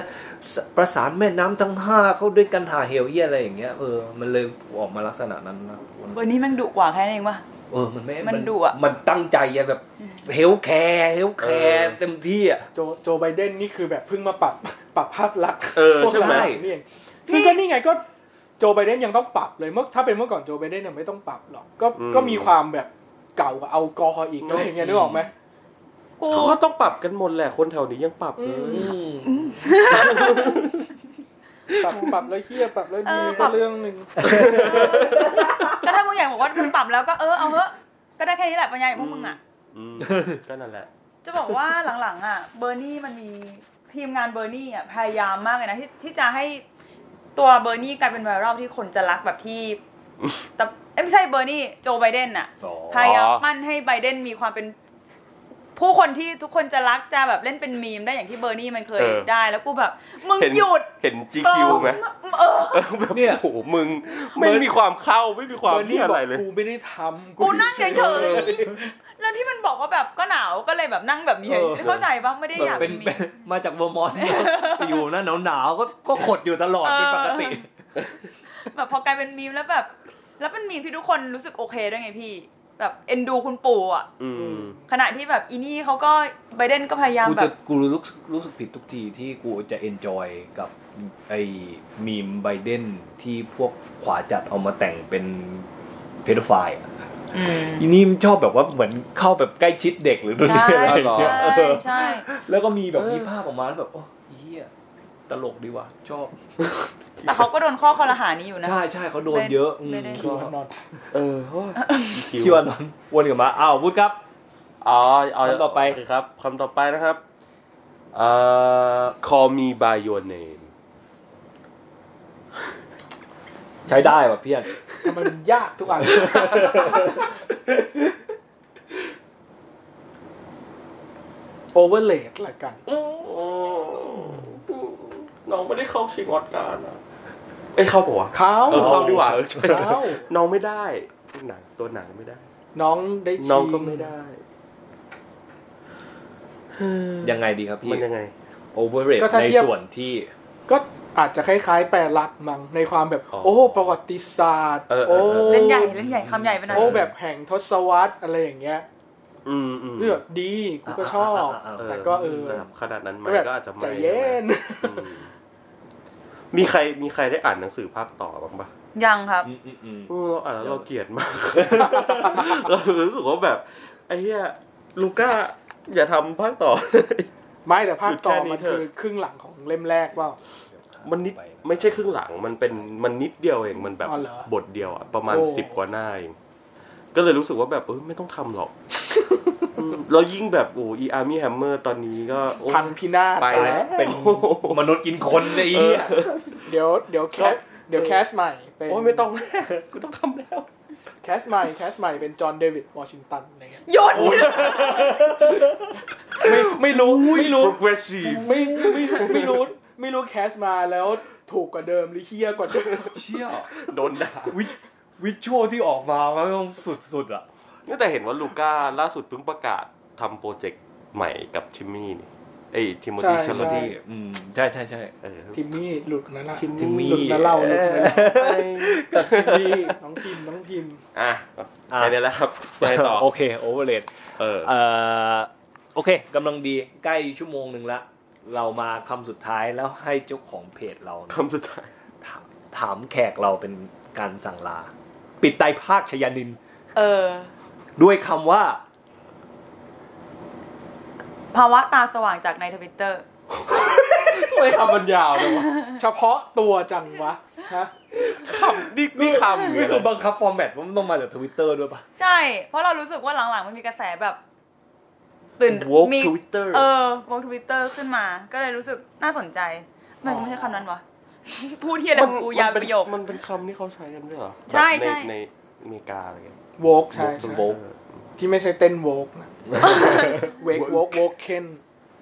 C: สประสานแม่น้ำทั้งห้าเข้าด้วยกันหาเหวเยี่ยอะไรอย่างเงี้ยเออมันเลยออกมาลักษณะนั้นนะ
A: เบอร์นี่แม่งดุกว่าแค่นั้นเองวะ
C: เออ มันไม่
A: มันดุอะ
C: มันตั้งใจอะแบบ เฮลแคร์เฮลแคร์เต็มที่อ่ะ
D: โจโจไบเดนนี่คือแบบเพิ่งมาปรับ ปรับภาพลักษณ์
B: เออ
D: พวก
B: ใช่ไหม
D: เรานี่เองซึ่งก็นี่ไงก็โจไบเดนยังต้องปรับเลยเมื่อถ้าเป็นเมื่อก่อนโจไบเดนเนี่ยไม่ต้องปรับหรอกก็
B: อืม
D: ก็มีความแบบเก่ากับเอากอฮอล์อีกอะไรอย่างเงี้ยนึกออกไหม
A: กู
B: เขาก็ต้องปรับกันหมดแหละคนแถวนี้ยังปรับเลย
D: อื ปรับปรับแล้วเฮียปรับแล้วดีก็เรื่องหนึ่ง
A: ก็ถ้ามึงอยากบอกว่ามึงปรับแล้วก็เออเอาเถอะก็ได้แค่นี้แหละปัญญาอย่างพวกมึงอ่ะ
B: อืมก็นั่นแหละ
A: จะบอกว่าหลังๆอ่ะเบอร์นี่มันมีทีมงานเบอร์นี่อ่ะพยายามมากเลยนะที่ที่จะให้ตัวเบอร์นี่กลายเป็นไวรัลที่คนจะรักแบบ ที่ แต่เอ้ยไม่ใช่เบอร์นี่โจไบเดนอ่ะ
C: อ๋อ
A: พยายามปั้นให้ไบเดนมีความเป็น ผู้คนที่ทุกคนจะรักจะแบบเล่นเป็นมีมได้อย่างที่เบอร์นี่มันเคย
B: เออ
A: ได้ แล้วกูแบบ มึง
B: เห็น
A: หยุด
B: เห็น GQ ไหม
A: เออ
B: แบบ
C: เนี่ย
B: โอ้โหมึงไม่มีความเข้าไม่มีความ
D: เบอร์
B: นี่
D: นี่
B: อะ
D: บอ
B: ไร
D: ก
B: เลย
D: กูไม่ได้ทำ
A: กูนั่งเฉยๆแล้วที่มันบอกว่าแบบก็หนาวก็เลยแบบนั่งแบบนี้
C: เออ
A: เข้าใจปะไม่ได้อยาก
C: เป็น
A: มี
C: เป็นมาจากเวอร์มอนต์อยู่นะหนาวหนาวๆก็ก็ขดอยู่ตลอดเป็นปกติ
A: แบบพอกลายเป็นมีมแล้วแบบ แล้วเป็นมีมที่ทุกคนรู้สึกโอเคด้วยไงพี่ แบบเอ็นดูคุณปู่อ่ะ
B: อืม
A: ขณะที่แบบอีนี่เขาก็ไบเดนก็พยายาม
C: กู
A: แบ
C: จะ
A: บ
C: กูรู้สึกรู้สึกผิดทุกทีที่กูจะเอนจอยกับไอ้มีมไบเดนที่พวกขวาจัดเอามาแต่งเป็นเพดไฟล์
A: อืม
C: อีนี่มันชอบแบบว่าเหมือนเข้าแบบใกล้ชิดเด็กหรือ
A: ใช่
C: อะไรอย่างเงี้ย
A: ใช่
C: เออ
A: ใช่
C: แล้วก็มีแบบ
B: เออ
C: มีภาพออกมาแล้วแบบโอ้ยเฮียตลกดีว่ะชอบ
A: แต่เขาก็โดนข้อคอรหานี้อยู่นะ
C: ใช่ใช่เขาโดนเยอะอืม
A: ไม่ได้
C: ช
D: คือ
C: อบ
D: วันนอน
B: เออโอ้ย GQ
C: คิดวานอนวนกลับมาอ้าววุฒครับ
B: อ๋อเอา
C: คำต่อไป
B: โเคครับคำต่อไปนะครับเอ่อ call me by your name
C: ใช้ได้ว่ะเพี้ยน
D: ทำไมมันยากทุกอันโอเวอร์เลดละกัน
B: น้องไม่ได้เข้าชิงออสการ์นะเอ้ยเข้าปะวะ
D: เขา
B: เออเข้าดีกว่าเออใช่
D: เขา
B: น้องไม่ได้หนังตัวหนังไม่ได้
D: น้องได้ชิ
B: น้องก็ไม่ได้
C: ยังไงดีครับพี่
B: มันยังไง
C: โอเวอร์เรท
D: ก็ถ้า
C: ใน
D: เทียบ
C: ส่วนที่
D: ก็อาจจะคล้ายๆ แปลรักมังในความแบบ
B: อ๋อ
D: โอ้ประวัติศาสตร์
B: เออเอ
D: โอ้
B: อเออ
A: เล่นใหญ่เล่นใหญ่คำใหญ่ไปหน่อย
D: โอ้แบบแห่งทศวรรษอะไรอย่างเงี้ย
B: อืมอืม
D: เลือกดีกูก็ชอบ
C: อ่า
B: เออ
D: แต่ก็เออ
B: นะครับขนาดนั้นไหม
D: ก็แบบ
B: ก็อาจจะไม่
D: ใจเย็น
B: อืมมีใครมีใครได้อ่านหนังสือภาคต่อบ้างปะ
A: ยังครับ
C: อืมอืมอืม
B: เออเราอ่านแล้วเราเกลียดมาก เรารู้สึกว่าแบบ ไอ้เหี้ยลูก้า อย่าทำภาคต่อ
D: ไม่แต่ภาคต่อ
B: หยุดแค่นี้
D: มัน
B: เถอะ
D: คือครึ่งหลังของเล่มแรกว่า
B: มันนิดไม่ใช่ครึ่งหลังมันเป็นมันนิดเดียวเองมันแบบ
D: อ๋อเหรอบ
B: ทเดียวอะประมาณ
D: โอ้
B: สิบกว่าหน้าเอง ก็เลยรู้สึกว่าแบบเออไม่ต้องทำหรอกอืมแล้วยิ่งแบบโอ้อีอาร์มี่แฮมเมอร์ตอนนี้ก็โอ้
D: พันพินาศ
B: ไป
D: ไป
B: แล้
D: แล้ว ว
C: เป็นมนุษย์กินคนเลยไอ้เหี้ย
D: เดี๋ยวเดี๋ยวแคสเดี๋ยวแคสใหม่เป็น
B: โอ้ยไม่ต้อง กูต้องทำแล้ว
D: แคสใหม่แคสใหม่เป็นจอห์นเดวิดวอชิงตันอะไรเงี้ย
A: หยุด
D: ไม่ไม่รู้ไม่รู้
B: progressive
D: ไม่ไม่รู้ไม่รู้ไม่รู้แคสมาแล้วถูกกว่าเดิมหรือเฮี้ยกว่าเดิม
C: เชี่ย
B: โดนด่า
C: วิวิชวลที่ออกมามันต้องสุดสุดๆอ่ะ
B: เนี่ยแต่เห็นว่าลูก้าล่าสุดเพิ่งประกาศทำโปรเจกต์ใหม่กับทิมมี่นี่ไอ้ทิโมธีชาลอตี้
C: อืม ใช่ใช่ใช่
B: เออ
D: ทิมมี่หลุดนะล่ะ
B: ทิม
C: ถึงมี
D: หลุดนะเล่าหลุดนะเล่า
C: กับที่นี่
D: น้องทิมน้องทิม
B: อ่ะไปได้แล้วครับไปต่อ
C: โอเค โอเวอร์เลด
B: เออ
C: เอ่อโอเคกำลังดีใกล้ชั่วโมงหนึ่งละ เรามาคำสุดท้ายแล้วให้เจ้าของเพจเราเนี่ย
B: คำสุดท้าย
C: ถามถามแขกเราเป็นการสั่งลา ปิดไตรภาคชยานิน
A: เออ
C: ด้วยคำว่า
A: ภาวะตาสว่างจากในทวิตเตอร์
B: ทำไมคำมันยาวเลยวะ
D: เฉพาะตัวจังวะฮะ
B: คำนี่นี่คำ
C: นี่
B: นี่
C: คื
B: คืออแบบ
C: บังคับฟอร์แมตว่ามันต้องมาจากทวิตเตอร์ด้วยปะ
A: ใช่ เพราะเรารู้สึกว่าหลังๆมันมีกระแสแบบ ตื่น
B: วอล์ก
A: มี
B: ทวิตเตอร์
A: เออวงทวิตเตอร์ขึ้นมา ก็เลยรู้สึกน่าสนใจมันไม่ใช่คำนั้นวะ พูดเทียอะไรของกูยาวประโยค
B: มันเป็นคำที่เขาใช้กันด้วยเหรอ
A: ใช่ใช่
B: แบบในในอเมริกาอะไรเงี้ย
D: โวกใช่ใช่
B: โวล์ก
D: ที่ไม่ใช่เต้นโวกนะเวกโวกโวกเคน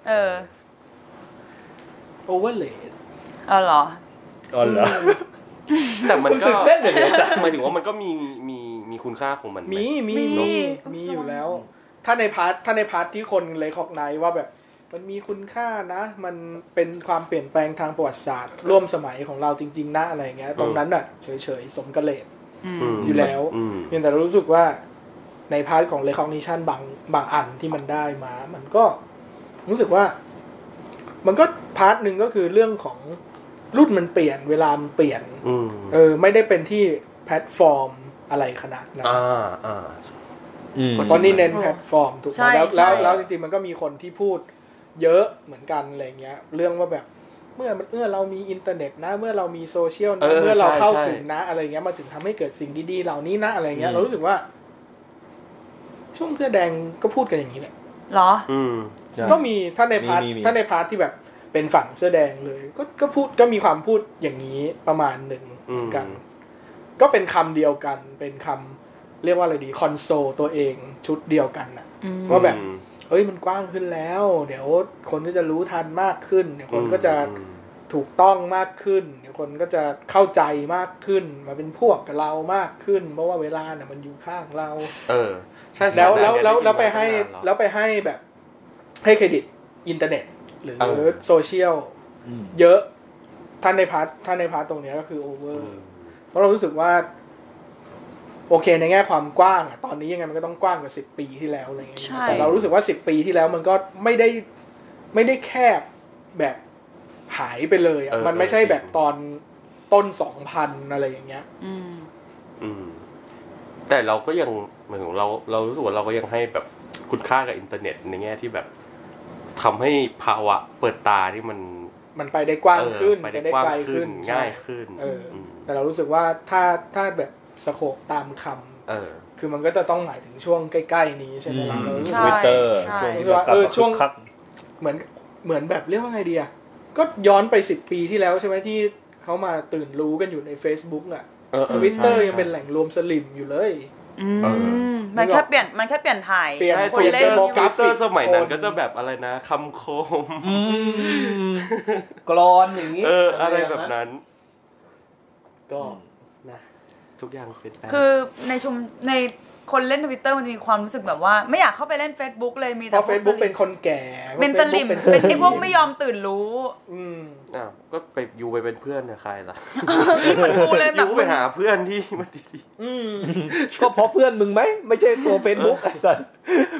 A: เออ
D: โอเวอร์เลด
A: เออเหรอ
C: อ๋อเหรอ
B: แต่มันก็
C: ตื่นเต้นเดี๋ยวนี้จ้ะ
B: หมายถึงว่ามันก็มีมีมีคุณค่าของมันไห
D: มีมี
A: มี
D: มี
A: มี
D: มีอยู่แล้ว ถ้าในพาร์ทถ้าในพาร์ทที่คนเลยคอกไนว่าแบบ มันมีคุณค่านะ มันเป็นความเปลี่ยนแปลงทางประวัติศาสตร์ ร่วมสมัยของเราจริง ๆ นะอะไรอย่างเงี้ย ตรงนั้นอ่ะ เฉยๆ สมกระเลด
A: อืม
B: ม
D: อยู่แล้ว
B: อืม
D: เพียงแต่รู้สึกว่า ในพาร์ทของ recognition บางบางอันที่มันได้มา มันก็รู้สึกว่า มันก็พาร์ทหนึ่งก็คือเรื่องของรุ่นมันเปลี่ยนเวลามันเปลี่ยน
B: อืม
D: เออ ไม่ได้เป็นที่แพลตฟอร์มอะไรขนาดนั้น
B: อ่าอ่า
E: อืม
D: ตอนนี้เน้นแพลตฟอร์มถูกไห
A: ใช่
D: มแล้วแล้ว
A: ใช่
D: แล้วจริงๆมันก็มีคนที่พูดเยอะเหมือนกันอะไรเงี้ย เรื่องว่าแบบเมื่อเมื่อเรามีอินเทอร์เน็ตนะ เมื่อเรามีโซเชียล
B: เอ
D: นะ
B: อ
D: เมื่อเราเข้า
B: ใช่ใช่
D: ถึงนะอะไรเงี้ยมาถึงทำให้เกิดสิ่งดีๆเหล่านี้นะอะไรเงี้
B: อืม
D: ยเรารู้สึกว่า ช่วงเสื้อแดงก็พูดกันอย่างนี้แหละ
A: เหรอ
B: อืม
D: ก็มีถ้าในพาร์ท
E: มีมีมี
D: ถ้าในพาร์ทที่แบบเป็นฝั่งเสื้อแดงเลย ก็ก็พูดก็มีความพูดอย่างนี้ประมาณหนึ่ง
B: อืม
D: กัน ก็เป็นคำเดียวกัน เป็นคำเรียกว่าอะไรดีคอนโซลตัวเองชุดเดียวกันน่ะ
A: อืม
D: ว่าแบบ เอ้ยมันกว้างขึ้นแล้ว เดี๋ยวคนก็จะรู้ทันมากขึ้น เดี๋ยวคนก็จะ
B: อืม
D: ถูกต้องมากขึ้น เดี๋ยวคนก็จะเข้าใจมากขึ้น มาเป็นพวกกับเรามากขึ้น เพราะว่าเวลาเนี่ยมันอยู่ข้างเรา
B: เออ ใช่ใช่
D: แล้วแล้วแล้วแล้วไป
B: ได้ยินมา
D: ให้
B: ตั้งนานแล้ว
D: แล้วไปให้แบบ ให้เครดิตอินเทอร์เน็ต หรือ
B: เออ
D: โซเชียล
E: อืม
D: เยอะท่านในพาร์ทท่านในพาร์ทตรงเนี้ยก็คือโอเวอ
B: อื
D: ร์
B: ม
D: เพราะเรารู้สึกว่า โอเคในแง่ความกว้างอะตอนนี้ยังไงมันก็ต้องกว้างกว่าสิบปีที่แล้วอะไรเงี้ย
A: ใช่
D: แต่เรารู้สึกว่าสิบปีที่แล้วมันก็ไม่ได้ไม่ได้แคบแบบหายไปเลยอะ
B: เออ
D: มันไม่ใช่
B: เออ
D: แบบตอนต้นสองพันอะไรอย่างเงี้ย
A: อืม
B: อืม แต่เราก็ยังเหมือนเราเรารู้สึกว่าเราก็ยังให้แบบคุณค่ากับอินเทอร์เน็ตในแง่ที่แบบทำให้ภาวะเปิดตาที่มัน
D: มันไปได้กว้างขึ้น
B: เออไปได้กว้างขึ้น
D: ใช่
B: ง่ายขึ้น
D: เอออ
B: ม
D: แต่เรารู้สึกว่าถ้าถ้าแบบสโคปตามคำ
B: เออ
D: คือมันก็จะต้องหมายถึงช่วงใกล้ๆนี้ใช่ไหมล่ะเรารู้สึก
A: ใช่
D: ว่า
E: วิตเตอร์ช่
A: ใช่
E: วงนี้แบบกลับ
D: เออ
E: มา
D: ช่วง
E: คึกคัก
D: เหมือนเหมือนแบบเรียกว่าไงดีอะก็ย้อนไปสิบปีที่แล้วใช่ไหมที่เขามาตื่นรู้กันอยู่ใน Facebook อะ
B: เออ
D: ทวิตเตอร์
B: ใช่
D: ยังเป็นแหล่งรวมสลิมอยู่เลย
A: อื
B: เอ
A: มมันแค่เปลี่ยนมันแค่เปลี่ยนถ่าย
D: เปลี่ยน
B: ใช่
A: ค
B: ท
A: น
B: วิต
A: เล่
B: เต
A: น
B: อร์
D: โม
B: ท
D: กรา
B: วิต
D: ฟิก
B: เตอร์สมัยนั้น
D: คน
B: ก็จะแบบอะไรนะคำคม
C: กรอนอย่างนี้
B: เออ อะไรแบบนั้น ก็นะ ทุกอย่างเป็นไป
A: คือในชุมในคนเล่นทวิตเตอร์มันจะมีความรู้สึกแบบว่า ไม่อยากเข้าไปเล่น Facebook เลยมี
D: เพ
A: แต่
D: ราะ
A: พ
D: Facebook
A: วกสลิม
D: เป็นคนแก่
A: เป็นสลิม
D: พาะ
A: เป็น
D: Facebook
A: ไอ้พวกไม่ยอมตื่นรู้
D: อืม
B: อ้าวก็ไปอยู่ไปเป็นเพื่อนกับใครล่ะ
A: ที่เหมือนกูเลย
B: อ
A: แบบ
B: ยู่ไปหาเพื่อนที่มันดี
D: อืม
E: ก็เพราะเพื่อนมึงไหม ไม่ใช่ตัวเฟซบุ๊กไอ้สัส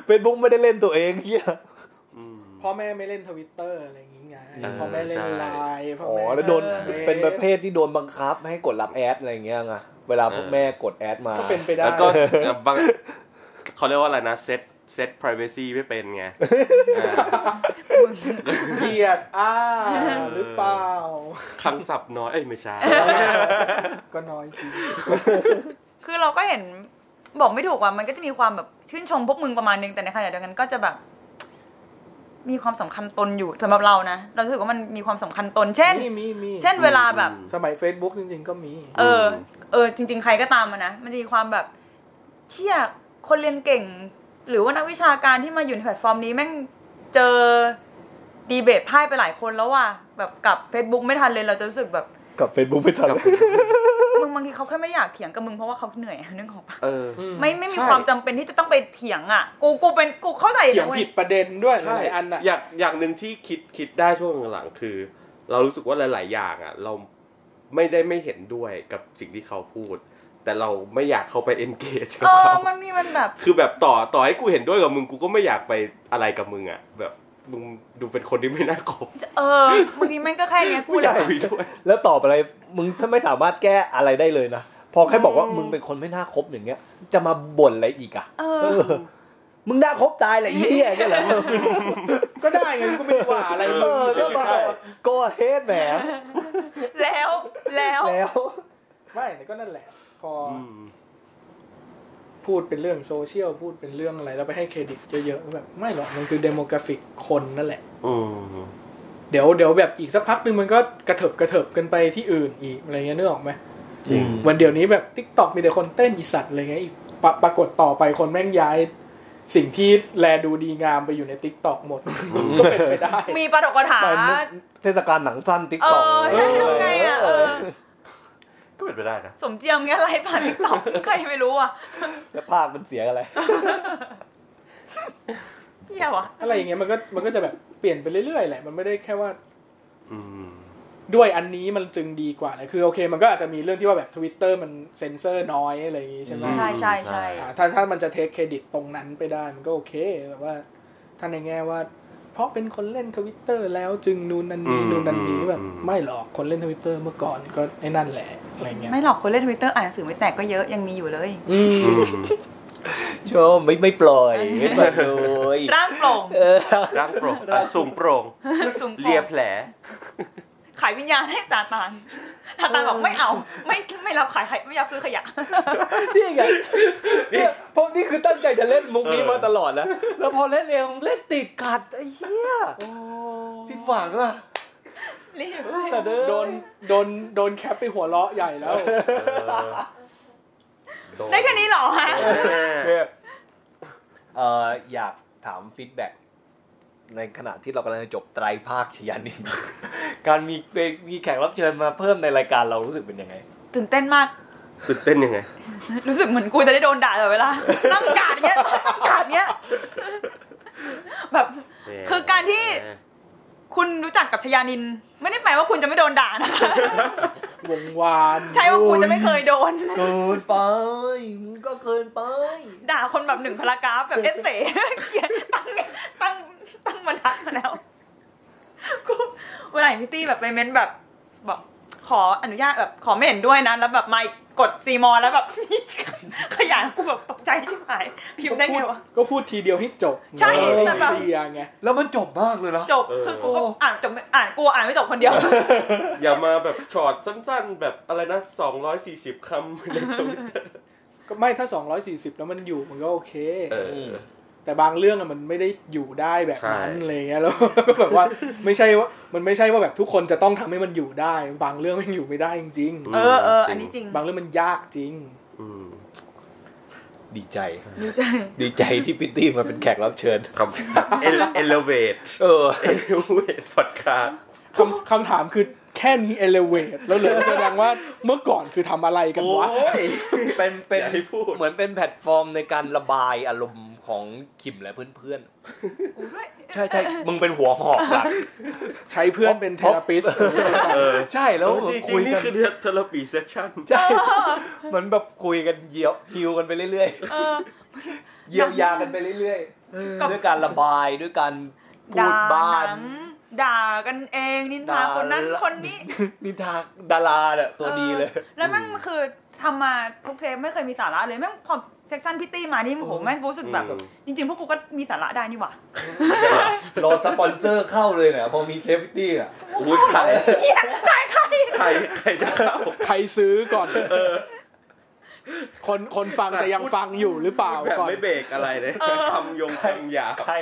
E: เฟซบุ๊กไม่ได้เล่นตัวเองเฮีย
B: ๆอืม
D: พ่อแม่ไม่เล่นทวิตเตอร์อะไรอย่างงี้ไง
B: เออ
D: พ่อแม่เล่น
B: ใช่
D: ไลน์พ่อ
E: อ๋อ
D: แม่
E: แล้วโดน
D: ออ
E: เป็นประเภทที่โดนบังคับให้กดรับแอดอะไรอย่างเงี้ยไงเวลาพวกแม่กดแอดมา
D: ก็เป็นไปได้
B: แล้ว ก็เอ่อบางเขาเรียกว่าอะไรนะ เซตเซต privacy ไม่เป็นไงอ่า
D: เกลียดอ้าหรือเปล่า
B: คำศัพท์น้อย เอ้ย ไม่ใช่
D: ก็น้อยจริง
A: คือเราก็เห็นบอกไม่ถูกว่ามันก็จะมีความแบบชื่นชมพวกมึงประมาณนึงแต่ในขณะเดียวกันก็จะแบบ มีความสำคัญตนอยู่สำหรับเรานะเรารู้สึกว่ามันมีความสำคัญตน เช่น
D: มีมีมี
A: เช่นเวลาแบบ
D: สมัย Facebook จริง ๆ ก็มี
A: เออ
B: อืม
A: เออ จริง ๆ ใครก็ตามอะนะ มันจะมีความแบบเชี่ยคนเรียนเก่ง หรือว่านักวิชาการที่มาอยู่ในแพลตฟอร์มนี้แม่งเจอดีเบตพ่ายไปหลายคนแล้วว่ะแบบกับ Facebook ไม่ทันเลยเราจะรู้สึกแบบ
E: กับเฟซบุ๊กไม่ทัน
B: กับ
A: มึงบางทีเขาแค่ไม่อยากเถียงกับมึงเพราะว่าเขาเหนื่อยอะนึกออกปะ
B: เออ
A: ไม่ไม่มี
B: ใช่
A: ความจำเป็นที่จะต้องไปเถียงอ่ะ กูกูเป็นกูเข้าใจ
D: เขียง
A: นะว้
D: ผิดประเด็นด้วยห
B: ใช่
D: ลายๆอันน่ะ
B: อย่างอย่างหนึ่งที่คิดคิดได้ช่วงหลังๆคือ เรารู้สึกว่าหลาย ๆ อย่างอ่ะ เราไม่ได้ไม่เห็นด้วยกับสิ่งที่เขาพูด แต่เราไม่อยากเข้าไป engage กั
A: เอบอ
B: เขา
A: มันมีมันแบบ
B: คือแบบต่อต่อให้กูเห็นด้วยกับมึงกูก็ไม่อยากไปอะไรกับมึงอ่ะ แบบมึงดูเป็นคนที่ไม่น่าคบ
A: เออบางทีแม่งก็แค่เนี้ยกู
B: ไม่
A: เลย
B: อาก
A: ย
B: คุยด้วย
E: แล้วตอบอะไรมึงถ้าไม่สามารถแก้อะไรได้เลยนะ พอแค่บอกว่ามึงเป็นคนไม่น่าคบอย่างเงี้ย จะมาบ่นอะไรอีกอ่ะ
A: เออ
E: เออมึงน่าคบตายแหละไอ้เฮียแค่ยเหรอ
D: ก็ได้ไงก็ไม่ได้ว่าอะไร
E: เออก็มาก็เฮดแหม
A: แล้วแล้ว
E: แล้ว
D: ไม่แต่ก็นั่นแหละ พออ
B: อืม
D: พูดเป็นเรื่องโซเชียลพูดเป็นเรื่องอะไร แล้วไปให้เครดิตเยอะๆแบบไม่หรอกมันคือเดโมกราฟิกคนนั่นแหละ
B: อืม
D: เดี๋ยวเดี๋ยวแบบอีกสักพักหนึ่งมันก็กระเถิบกระเถิบกันไปที่อื่นอีกอะไรเงี้ยนึกออกไหม
B: จริง
D: วันเดี๋ยวนี้แบบทิกตอกมีแต่คนเต้นอีสัตว์อะไรเงี้ยอีกปะปรากฏต่อไปคนแม่งย้าย สิ่งที่แลดูดีงามไปอยู่ในทิกตอกหมด ก็เป็นไป ได้
A: มีประดกกระถา
E: เทศกาลหนังสั้นติ๊ก
A: เอ
E: ต็อก
A: อใช่ทำไงอ่ะเออ
B: ก็เป็นไปได้นะ
A: สมเจียมเงี้ยไลฟ์ผ่านติ๊ก ต็อกใครไม่รู้อ่ะ
E: แล้วภาพมันเสียอะไร
A: เหี้ยวะ
D: อะไรอย่างเงี้ยมันก็มันก็จะแบบเปลี่ยนไปเรื่อยๆแหละมันไม่ได้แค่ว่า
B: อืม
D: ด้วยอันนี้มันจึงดีกว่าเลยคือโอเค มันก็อาจจะมีเรื่องที่ว่าแบบ Twitter มันเซ็นเซอร์น้อยอะไรอย่างงี้ใช่ไหม
A: ใช่ใช่ใช่
D: อ่าถ้าถ้ามันจะเทคเครดิตตรงนั้นไปได้มันก็โอเคแบบว่าถ้าในแง่ว่า เพราะเป็นคนเล่นทวิตเตอร์แล้วจึงนู่นนั่นนี่
B: อืม
D: นู่นนั่นนี่แบบ
B: อืม
D: ไม่หรอกคนเล่นทวิตเตอร์เมื่อก่อนก็ไอ้นั่นแหละอะไรเงี้ย
A: ไม่หรอกคนเล่นทวิตเตอร์อ่านหนังสือไม่แตกก็เยอะยังมีอยู่เลย
D: อืม
B: อืม
E: ชอบไม่ไม่ปล่อยไม่ปล่อยเลย
A: ร่างโปร่ง
E: เออ
B: ร่างโปร่งอ่ะสูงโปร่ง
A: สูงโปร่ง
B: เลียแผล
A: ขายวิญญาณให้ซาตานซาตานบอกไม่เอาไม่ไม่รับขายใครไม่รับซื้อขยะ
E: นี่ไงเนี่ยเพราะนี่คือตั้งใจจะเล่นมุกนี้มาตลอดนะแล้วพอเล่นเองเล่นติดขัดไอ้เหี้ยผิดหวังว่ะ
A: รีบ
E: แต่เด้อ
D: โดนโดนโดนแคปไปหัวเราะใหญ่ แล้ว
A: ได้แค่นี้เหรอฮะ
E: เนี่ย
C: เอออยากถามฟีดแบ็กในขณะที่เรากำลังจะจบไตรภาคชยานิ น การมีมีแขกรับเชิญมาเพิ่มในรายการเรารู้สึกเป็นยังไง
A: ตื่นเต้นมาก
B: ตื่นเต้นยังไง
A: รู้สึกเหมือนกูจะได้โดนด่าตลอดเวลา นั่งกาดเนี้ยนั่งกาดเนี้ย แบบ คือการที่ คุณรู้จักกับชยานิน ไม่ได้แปลว่าคุณจะไม่โดนด่านะคะ
D: วงวาน
A: ใช่ว่ากูจะไม่เคยโดน
E: เกินไปมันก็เกินไป
A: ด่าคนแบบหนึ่งพารากราฟแบบเอสเซ่เขียนตั้งตั้งตั้งบรรทัดมาแล้วกูวันไหนพี่ตี้แบบไปเม้นแบบบอกขออนุญาตแบบขอไม่เห็นด้วยนะ แล้วแบบมาอีกกดซีมอแล้วแบบ ขยายกูแบบตกใจชิบหายพิมพ์ได้ไงวะ
D: ก็พูดทีเดียวให้จบ
A: ใช่แต่
D: แต่
A: แบบ
D: เคลียร์ไง
E: แล้วมันจบมากเลยนะ
A: จบ คือกูก็อ่านจบไม่อ่านกูอ่านไม่จบคนเดียว
B: อย่ามาแบบช็อตสั้นๆ แบบอะไรนะสองร้อยสี่สิบคำในทวิตเตอร์
D: ก็ไม่ถ้า 240 แล้วมันอยู่มันก็โอเค
B: เออ
D: แต่บางเรื่องอะมันไม่ได้อยู่ได้แบบนั้น
B: ใช่
D: อะไรเงี้ยแล้ว ก็แบบว่าไม่ใช่ว่ามันไม่ใช่ว่าแบบทุกคนจะต้องทำให้มันอยู่ได้ บางเรื่องมันอยู่ไม่ได้จริง
A: เออเอออันนี้จริง
D: ๆ บางเรื่องมันยากจริง
B: อืม
C: ดีใจ
A: ดีใจ
C: ดีใจที่พิตตี้มาเป็นแขกรับเชิญ
B: ครับ Ele- elevate
C: เออ
B: elevate podcast
D: คำคำถามคือแค่นี้ elevate แล้วเลยแสดงว่าเมื่อก่อนคือทำอะไรกันวะ
B: ย
C: เป็นเป็น
B: อย่าให้พูด
C: เหมือนเป็นแพลตฟอร์มในการระบายอารมณ์ของขิมและเพื่อนๆ ใช่ใช่มึงเป็นหัวหอกหลัก
D: ใช้เพื่อนเป็นเทราปิส
B: เออ
C: ใช่แล้ว
B: จริง
C: คุย
B: ๆนี่
C: กัน
B: คือเทอราปีเซสชั่น
C: ใช่เหมือนแบบคุยกันเยียวฮิวกันไปเรื่อย
A: เออ
C: ๆ เยียวยากันไปเรื่อย
A: กับ
C: ๆด้วยการระบายด้วยการพู
A: ด่า
C: ดบ้า
A: ห
C: น
A: นังด่ากันเองนินทา
C: ด่า
A: คนนั้นคนนี้
C: นิทาดาราเนี่ย ตัวดีเลย
A: ออแล้วแม่งคือทำมาทุกเทปไม่เคยมีสาระเลยแม่งพอเซ็กชันพิตตี้มานี่โอ้โหแม่งรู้สึกแบบ
B: อืม
A: จริงๆ พวกกูก็มีสาระได้นี่หว่าร
C: อสปอนเซอร์เข้าเลยเนี่ยพอมีเทปตี้อ่ะ
B: อุ้ยใคร
A: เหี้ยใครใคร
B: ใครใครจะเข้า
D: ใครซื้อก่อน คนคนฟังแต่ยังฟังอยู่หรือเปล่า
B: แบบ
D: ก่อน
B: ไม่เบรกอะไรเลยคำยงคำหยาบ
C: ใคร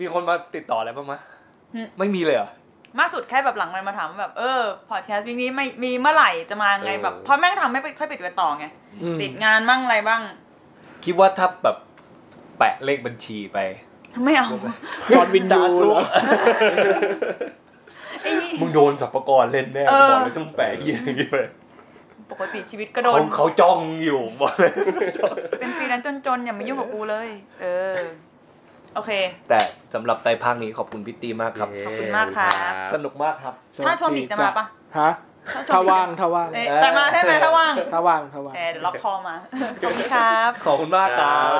C: มีคนมาติดต่ออะไรบ้างมะไม่มีเลยเหรอ่ะ
A: มากสุดแค่แบบหลังมันมาถามแบบเออพอดแคสต์วิกนี้ไม่มีเมื่อไหร่จะมาไงแบบเพราะแม่งทำไม่ค่อยไปติดต่อไง ติดงานมั่งอะไรบ้าง
C: คิดว่าถ้าแบบแปะเลขบัญชีไป
A: ไม่ เอา
D: จอห์นวินยู
C: สาธุ
D: เหรอ
A: ไอ้นี่
C: มึงโดนสรรพากรเล่นแน่
A: เออ
C: กูบอกเลยต้องแปะเหี้ยอย่างนี้ไป
A: ปกติชีวิตก็โด
C: เขา
A: น
C: เขาจ้องอยู่บอกเลย
A: เป็นฟรีแลนซ์จนๆ อย่ามายุ่งกับกูเลย เออ โอเค
C: แต่สำหรับไตรภาคนี้ขอบคุณพิตตี้มากครับ
A: ขอบคุณมากครับ
C: สนุกมากครับ
A: ถ้าชวนอีกจะมาปะ
D: ฮะถ้าว่างถ้าว่าง
A: เอ๊ะแต่มาได้ไหมถ้าว่าง
D: ถ้าว่างถ้าว่าง
A: แต่เดี๋ยวล็อกคอมา ขอบคุณครับ
C: ขอบคุณมากครับ